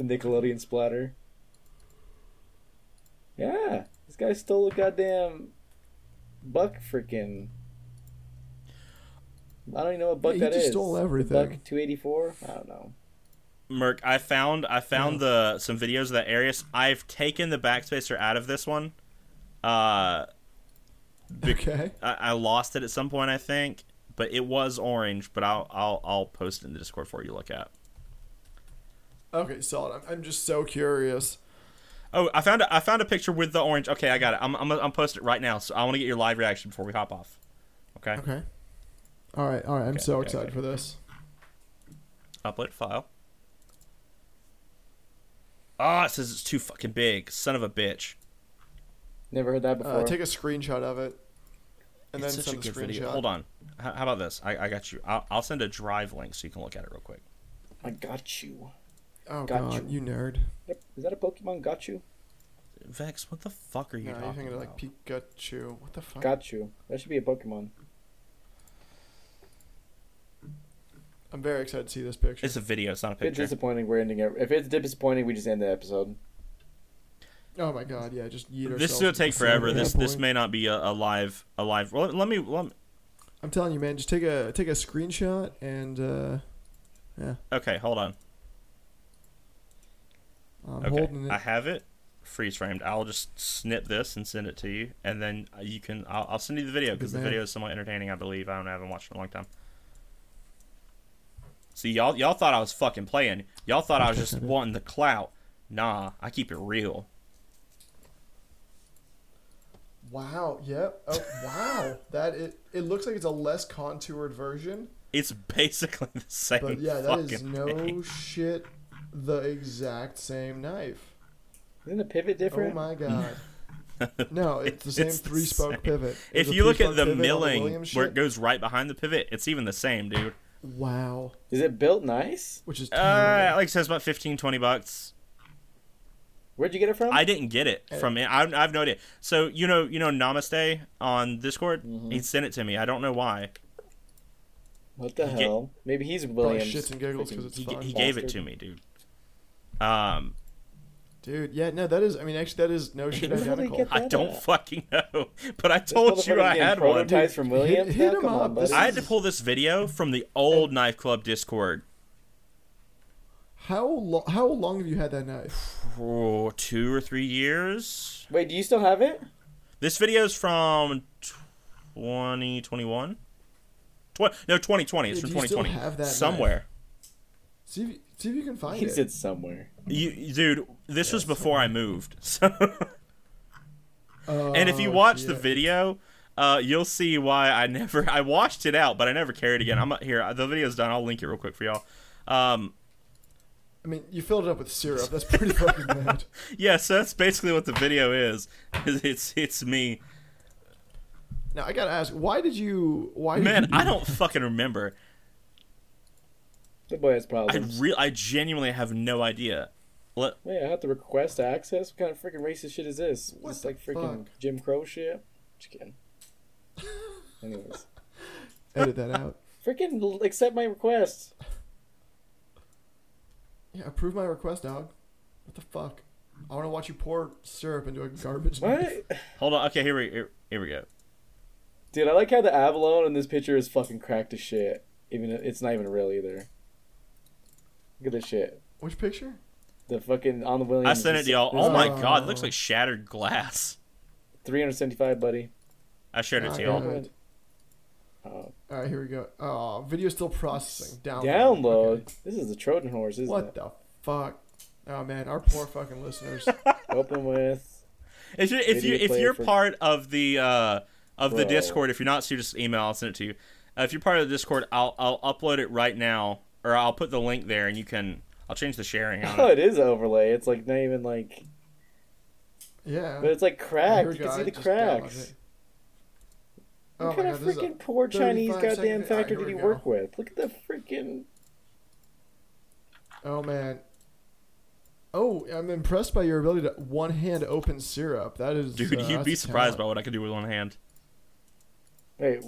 S3: Nickelodeon splatter. Yeah, this guy stole a goddamn buck freaking. I don't even know what buck
S1: Yeah, he
S3: that is.
S1: just stole everything.
S3: Buck two eighty four. I don't know.
S2: Merc, I found I found the some videos of that Arius. I've taken the backspacer out of this one. Uh,
S1: Okay.
S2: I, I lost it at some point, I think, but it was orange. But I'll I'll I'll post it in the Discord for you to look at.
S1: Okay, solid. I'm, I'm just so curious.
S2: Oh, I found a, I found a picture with the orange. Okay, I got it. I'm I'm I'm posting it right now. So I want to get your live reaction before we hop off. Okay.
S1: Okay. All right, all right. I'm
S2: Okay,
S1: so
S2: okay,
S1: excited
S2: okay.
S1: for this.
S2: Upload file. Ah, it says it's too fucking big. Son of a bitch.
S3: Never heard that before.
S1: Uh, take a screenshot of it, and
S2: it's
S1: then
S2: such a
S1: send
S2: good
S1: a screenshot.
S2: video. Hold on. H- how about this? I, I got you. I'll, I'll send a drive link so you can look at it real quick.
S3: I got you.
S1: Oh
S3: Got
S1: god, you, nerd.
S3: Yep. Is that a Pokemon? Got you.
S2: Vex, what the fuck are you
S1: No, you're
S2: talking
S1: thinking of
S2: about?
S1: like Pikachu. What the fuck?
S3: Got you. That should be a Pokemon.
S1: I'm very excited to see this picture.
S2: it's a video. It's not a
S3: It's
S2: picture.
S3: disappointing. We're ending it. If it's disappointing, we just end the episode.
S1: oh my god, yeah, just yeet ourselves.
S2: This is gonna take
S1: at
S2: forever.
S1: that
S2: This this
S1: point.
S2: may not be a, a live a live. Well, let me let me.
S1: I'm telling you, man, just take a take a screenshot and uh,
S2: Okay, hold on.
S1: I'm
S2: okay,
S1: holding it.
S2: I have it freeze framed. I'll just snip this and send it to you, and then you can. I'll, I'll send you the video because the
S1: man.
S2: video is somewhat entertaining. I believe I don't know, I haven't watched it in a long time. See, y'all y'all thought I was fucking playing. Y'all thought I was just wanting the clout. Nah, I keep it real.
S1: Wow. Yep. Oh, wow. that it. It looks like it's a less contoured version,
S2: It's basically the same.
S1: but yeah, that
S2: fucking
S1: is no
S2: thing.
S1: shit. The exact same knife.
S3: Isn't the pivot
S1: Oh
S3: different?
S1: my god. No, it's the same
S2: It's the
S1: three spoke
S2: same.
S1: pivot. There's
S2: If
S1: a
S2: you look
S1: three-spoke
S2: at the
S1: pivot on
S2: milling
S1: Williams
S2: where it
S1: shit.
S2: goes right behind the pivot, it's even the same, dude.
S1: wow,
S3: Is it built nice?
S1: which is
S2: Uh,
S1: terrible.
S2: like I said, it's about 15, 20 bucks.
S3: Where'd you get it from?
S2: I didn't get it from it. I, I have no idea. So you know, you know, Namaste on Discord,
S1: Mm-hmm.
S2: he sent it to me. I don't know why.
S3: what the
S2: He ga-
S3: hell? Maybe he's
S1: Probably
S3: Williams.
S1: shits and giggles because it's
S2: He, g-
S1: fun.
S2: he gave it to me, dude. Um,
S1: Dude, yeah, no, that is. I mean, actually, that is no shit
S3: Where did they
S1: identical.
S3: get
S2: I
S3: that
S2: don't
S3: at?
S2: fucking know, but I
S3: This
S2: told you
S3: motherfucker's
S2: I
S3: getting
S2: had one.
S3: prototypes from Williams.
S1: hit
S3: now?
S1: him
S3: Come on,
S1: up.
S3: buddy.
S1: This
S2: I had to pull this video from the old Knife Club Discord.
S1: How long? How long have you had that knife?
S2: Oh, two or three years.
S3: Wait, do you still have it?
S2: This video is from 2021. Tw- no, 2020.
S1: Yeah,
S2: It's from
S1: do you still
S2: 2020.
S1: have that knife?
S2: Somewhere.
S1: See if you, see if you can find
S3: He
S1: it.
S3: said somewhere.
S2: You, dude, this was before I moved. So,
S1: Oh,
S2: and if you watch the
S1: shit.
S2: video, uh, you'll see why I never I washed it out, but I never carried it again.
S1: Mm-hmm.
S2: I'm not here. The video's done. I'll link it real quick for y'all. Um,
S1: I mean, you filled it up with syrup. That's pretty fucking bad.
S2: yeah, so that's basically what the video is. is It's it's me.
S1: Now I gotta ask, why did you? Why did
S2: Man,
S1: you do
S2: I don't fucking remember.
S3: The boy has
S2: I
S3: problems.
S2: real I genuinely have no idea. Let,
S3: Wait, I have to request access? What kind of freaking racist shit is this?
S1: What
S3: It's like
S1: the
S3: freaking
S1: fuck?
S3: Jim Crow shit? Just kidding. Anyways.
S1: edit that out?
S3: Freaking l- accept my request.
S1: Yeah, approve my request, dog. What the fuck? I want to watch you pour syrup into a garbage. knife.
S3: What?
S2: hold on. Okay, here we here, here we go.
S3: Dude, I like how the abalone in this picture is fucking cracked to shit. Even it's not even real either. Look at this shit.
S1: Which picture?
S3: The fucking on the Williams.
S2: I sent it to y'all.
S3: is
S2: Oh my
S1: Oh.
S2: god, it looks like shattered glass.
S3: 375, buddy.
S2: I shared it
S1: Oh,
S2: to
S1: God.
S2: y'all.
S3: Oh,
S1: All right, here we go. Oh, video still processing. Download.
S3: download.
S1: Okay.
S3: This is the Trojan horse, isn't
S1: What
S3: it?
S1: the fuck? Oh man, our poor fucking listeners.
S3: Open with.
S2: If you if you
S3: Video
S2: if
S3: player
S2: you're
S3: for-
S2: part of the uh, of the
S3: Bro.
S2: Discord, if you're not, so just email. I'll send it to you. Uh, if you're part of the Discord, I'll I'll upload it right now, or I'll put the link there, and you can. I'll change the sharing on
S3: Oh,
S2: it.
S3: it is overlay. It's like not even like,
S1: Yeah.
S3: but it's like cracked.
S1: Here we
S3: You can
S1: go,
S3: see
S1: I
S3: the
S1: just downloaded
S3: cracks.
S1: it. Oh
S3: What
S1: my
S3: kind
S1: god,
S3: of
S1: this is a-
S3: freaking poor
S1: 35
S3: Chinese
S1: second
S3: goddamn
S1: video. All right,
S3: factory
S1: here
S3: did he
S1: we
S3: work
S1: go.
S3: with? Look at the freaking.
S1: Oh man. Oh, I'm impressed by your ability to one hand open syrup. That is,
S2: Dude,
S1: uh,
S2: you'd be
S1: that's a
S2: surprised by
S1: talent.
S2: what I could do with one hand.
S3: Wait,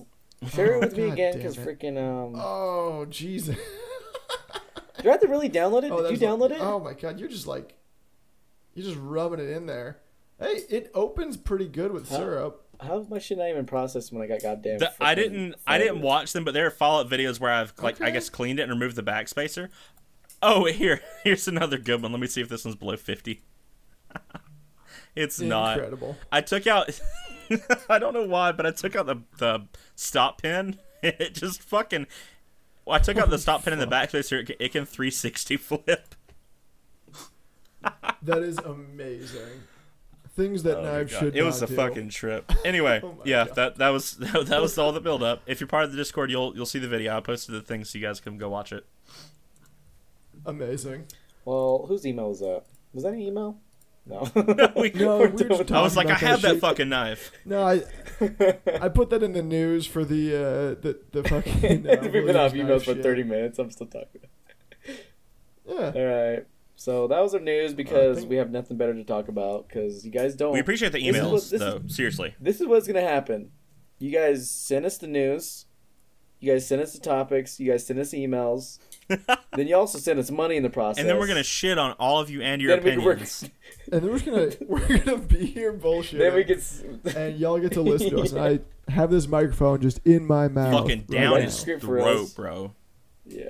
S3: share it with me
S1: God
S3: again,
S1: damn
S3: because
S1: it.
S3: freaking um.
S1: Oh Jesus!
S3: Do I have to really download it?
S1: Oh,
S3: Did
S1: that's
S3: you download
S1: like-
S3: it?
S1: Oh my god, you're just like, you're just rubbing it in there. Hey, it opens pretty good with
S3: Huh?
S1: syrup.
S3: How much did I even process when I got goddamn?
S2: The- I
S3: freaking
S2: didn't I didn't
S3: fired?
S2: watch them, but there are follow up videos where I've like I
S1: Okay.
S2: guess cleaned it and removed the backspacer. Oh, here here's another good one. Let me see if this one's below fifty. it's not.
S1: Incredible.
S2: I took out. I don't know why, but I took out the the stop pin. It just fucking. Well, I took out the stop pin in the backspacer. It, can- it can 360 flip.
S1: That is amazing. Things that knives should.
S2: Oh, it was
S1: not
S2: a
S1: do.
S2: fucking trip. Anyway,
S1: Oh my
S2: yeah,
S1: God.
S2: that that was that was all the build up. If you're part of the Discord, you'll you'll see the video. I posted the thing so you guys can go watch it.
S1: Amazing.
S3: Well, whose email is that? Was that an email? No.
S2: We-
S1: No,
S3: We're
S1: we were
S3: done
S1: just
S3: with
S2: I was
S1: talking
S2: like,
S1: about
S2: I have that
S1: shit.
S2: fucking knife.
S1: No, I I put that in the news for the uh, the the fucking. Uh, Williams
S3: We've been off
S1: knife
S3: emails for
S1: shit.
S3: 30 minutes. I'm still talking.
S1: Yeah.
S3: All right. So that was our news because
S1: think-
S3: we have nothing better to talk about because you guys don't.
S2: We appreciate the
S3: Oh. This is
S2: emails,
S3: what- this is-
S2: though. Seriously.
S3: this is what's gonna happen. You guys send us the news. You guys send us the topics. You guys send us emails. then you also send us money in the process.
S2: And then we're gonna shit on all of you and your
S3: then we,
S2: opinions.
S3: we're,
S1: And then we're gonna we're gonna be here bullshit.
S3: then we could. s-
S1: and y'all get to listen to us. And I have this microphone just in my mouth.
S2: fucking down
S3: Write a
S2: his
S3: script
S2: throat,
S3: for us.
S2: bro.
S3: Yeah,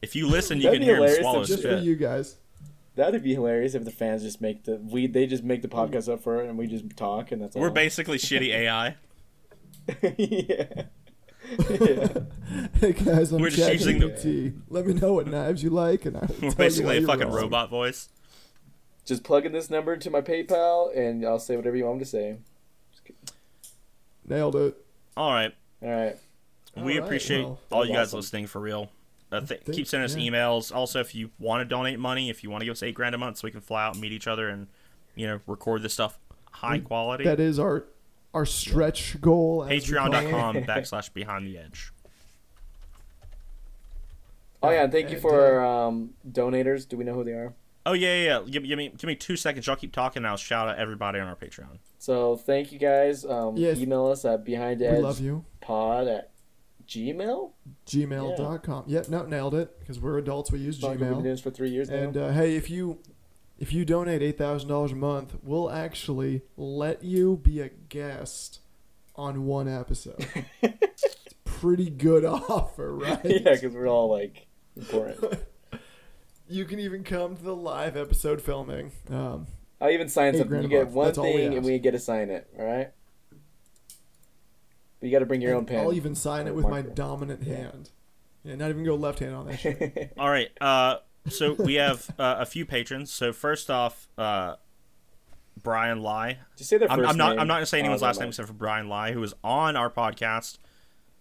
S2: If you listen, you
S3: That'd
S2: can
S3: be
S2: hear him
S3: hilarious
S2: swallow
S3: if
S1: just
S2: his
S1: for
S2: shit.
S1: you guys.
S3: that'd be hilarious if the fans just make the we they just make the podcast up for it and we just talk and that's all.
S2: We're basically shitty AI.
S3: yeah. yeah.
S1: hey guys, I'm
S2: We're just using the-
S1: ChatGPT. Let me know what knives you like, and I will tell
S2: We're
S1: you why
S2: basically a
S1: you're
S2: fucking
S1: wrong.
S2: robot voice.
S3: Just plug in this number into my PayPal and I'll say whatever you want me to say.
S1: Nailed it.
S2: All right.
S3: All right.
S2: we
S1: All right,
S2: appreciate
S1: well,
S2: all you guys
S3: awesome.
S2: listening for real. Uh, th-
S1: think-
S2: keep sending us
S1: yeah.
S2: emails. Also, if you want to donate money, if you want to give us eight grand a month, so we can fly out and meet each other and you know record this stuff high quality.
S1: That is our our stretch goal. as we call it.
S2: Patreon.com backslash behind the edge.
S3: Oh yeah, and thank you
S1: And,
S3: for our um, donators. Do we know who they are?
S2: Oh yeah, yeah. yeah. Give, give me, give me two seconds. Y'all keep talking. And I'll shout out everybody on our Patreon.
S3: So thank you guys. Um,
S1: Yes.
S3: Email us at behind
S1: We love you.
S3: pod at gmail.
S1: Gmail.com. Yep, no, nailed it. Because we're adults, we use
S3: Fuck, We've been doing
S1: Gmail.
S3: this for three years now.
S1: And uh, hey, if you if you donate eight thousand dollars a month, we'll actually let you be a guest on one episode. it's a pretty good offer, right?
S3: yeah, because we're all like important.
S1: You can even come to the live episode filming. Um,
S3: I even sign
S1: Eight
S3: something.
S1: grand a
S3: You get
S1: month.
S3: one
S1: That's all we
S3: thing, and
S1: ask.
S3: we get to sign it. All right. But you got to bring your own
S1: and
S3: pen.
S1: I'll even sign
S3: or
S1: it with my
S3: marker.
S1: dominant hand. Yeah, not even go left hand on that shit.
S2: All right. Uh, so we have uh, a few patrons. So first off, uh, Brian Lai.
S3: Just say their 1st
S2: I'm, I'm not.
S3: name.
S2: I'm not gonna say
S3: Oh,
S2: anyone's
S3: never
S2: last name
S3: mind.
S2: except for Brian Lai, who was on our podcast.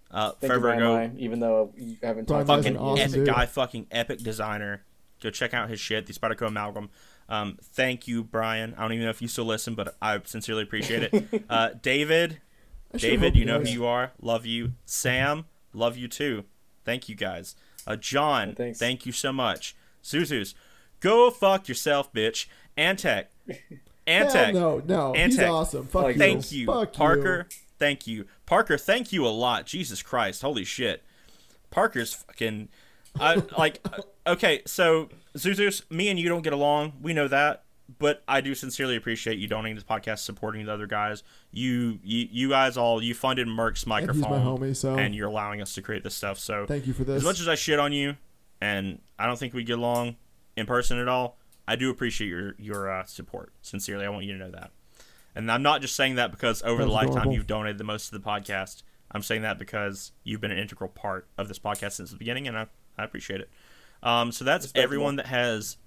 S2: Uh,
S3: Thank you,
S2: forever
S3: Brian
S2: ago.
S3: Lai, even though you haven't
S1: Brian
S3: talked
S1: Lai's
S3: to
S2: fucking
S1: an
S3: him.
S1: awesome
S2: epic
S1: dude.
S2: guy, fucking epic designer. Go check out his shit, the Spyderco Amalgam. Um, thank you, Brian. I don't even know if you still listen, but I sincerely appreciate it. Uh, David,
S1: I sure hope
S2: David,
S1: he
S2: you know who
S1: does.
S2: you are. Love you. Sam, love you too. Thank you guys. Uh, John,
S3: Thanks.
S2: thank you so much. Susus, go fuck yourself, bitch. Antec, Antec,
S1: Hell no, no, he's
S2: Antec.
S1: awesome. Fuck
S3: Like,
S1: you.
S2: thank you,
S1: Fuck
S2: Parker. Thank you, Parker. Thank you a lot. Jesus Christ, holy shit. Parker's fucking. I like. Okay, so Zuzus, me and you don't get along. We know that, but I do sincerely appreciate you donating to the podcast, supporting the other guys. You, you, you guys all, you funded Merck's
S1: he's
S2: microphone,
S1: my homie, so-
S2: and you're allowing us to create this stuff. So
S1: Thank you for this.
S2: as much as I shit on you, and I don't think we get along in person at all, I do appreciate your your uh, support. Sincerely, I want you to know that. And I'm not just saying that because over
S1: That was
S2: the lifetime
S1: adorable.
S2: you've donated the most to the podcast. I'm saying that because you've been an integral part of this podcast since the beginning, and I, I appreciate it. Um, so that's
S3: Respectable.
S2: everyone that has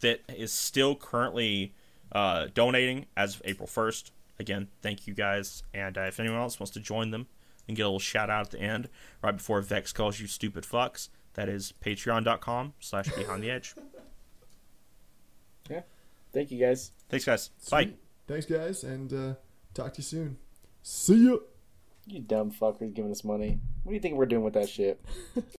S2: that is still currently uh, donating as of April 1st. Again, thank you guys. And uh, if anyone else wants to join them and get a little shout out at the end, right before Vex calls you stupid fucks, that is patreon.com slash behind the edge.
S3: Thank you guys.
S2: Thanks, guys. Bye.
S1: Sweet. Thanks, guys, and uh, talk to you soon. See ya.
S3: You dumb fuckers giving us money. What do you think we're doing with that shit?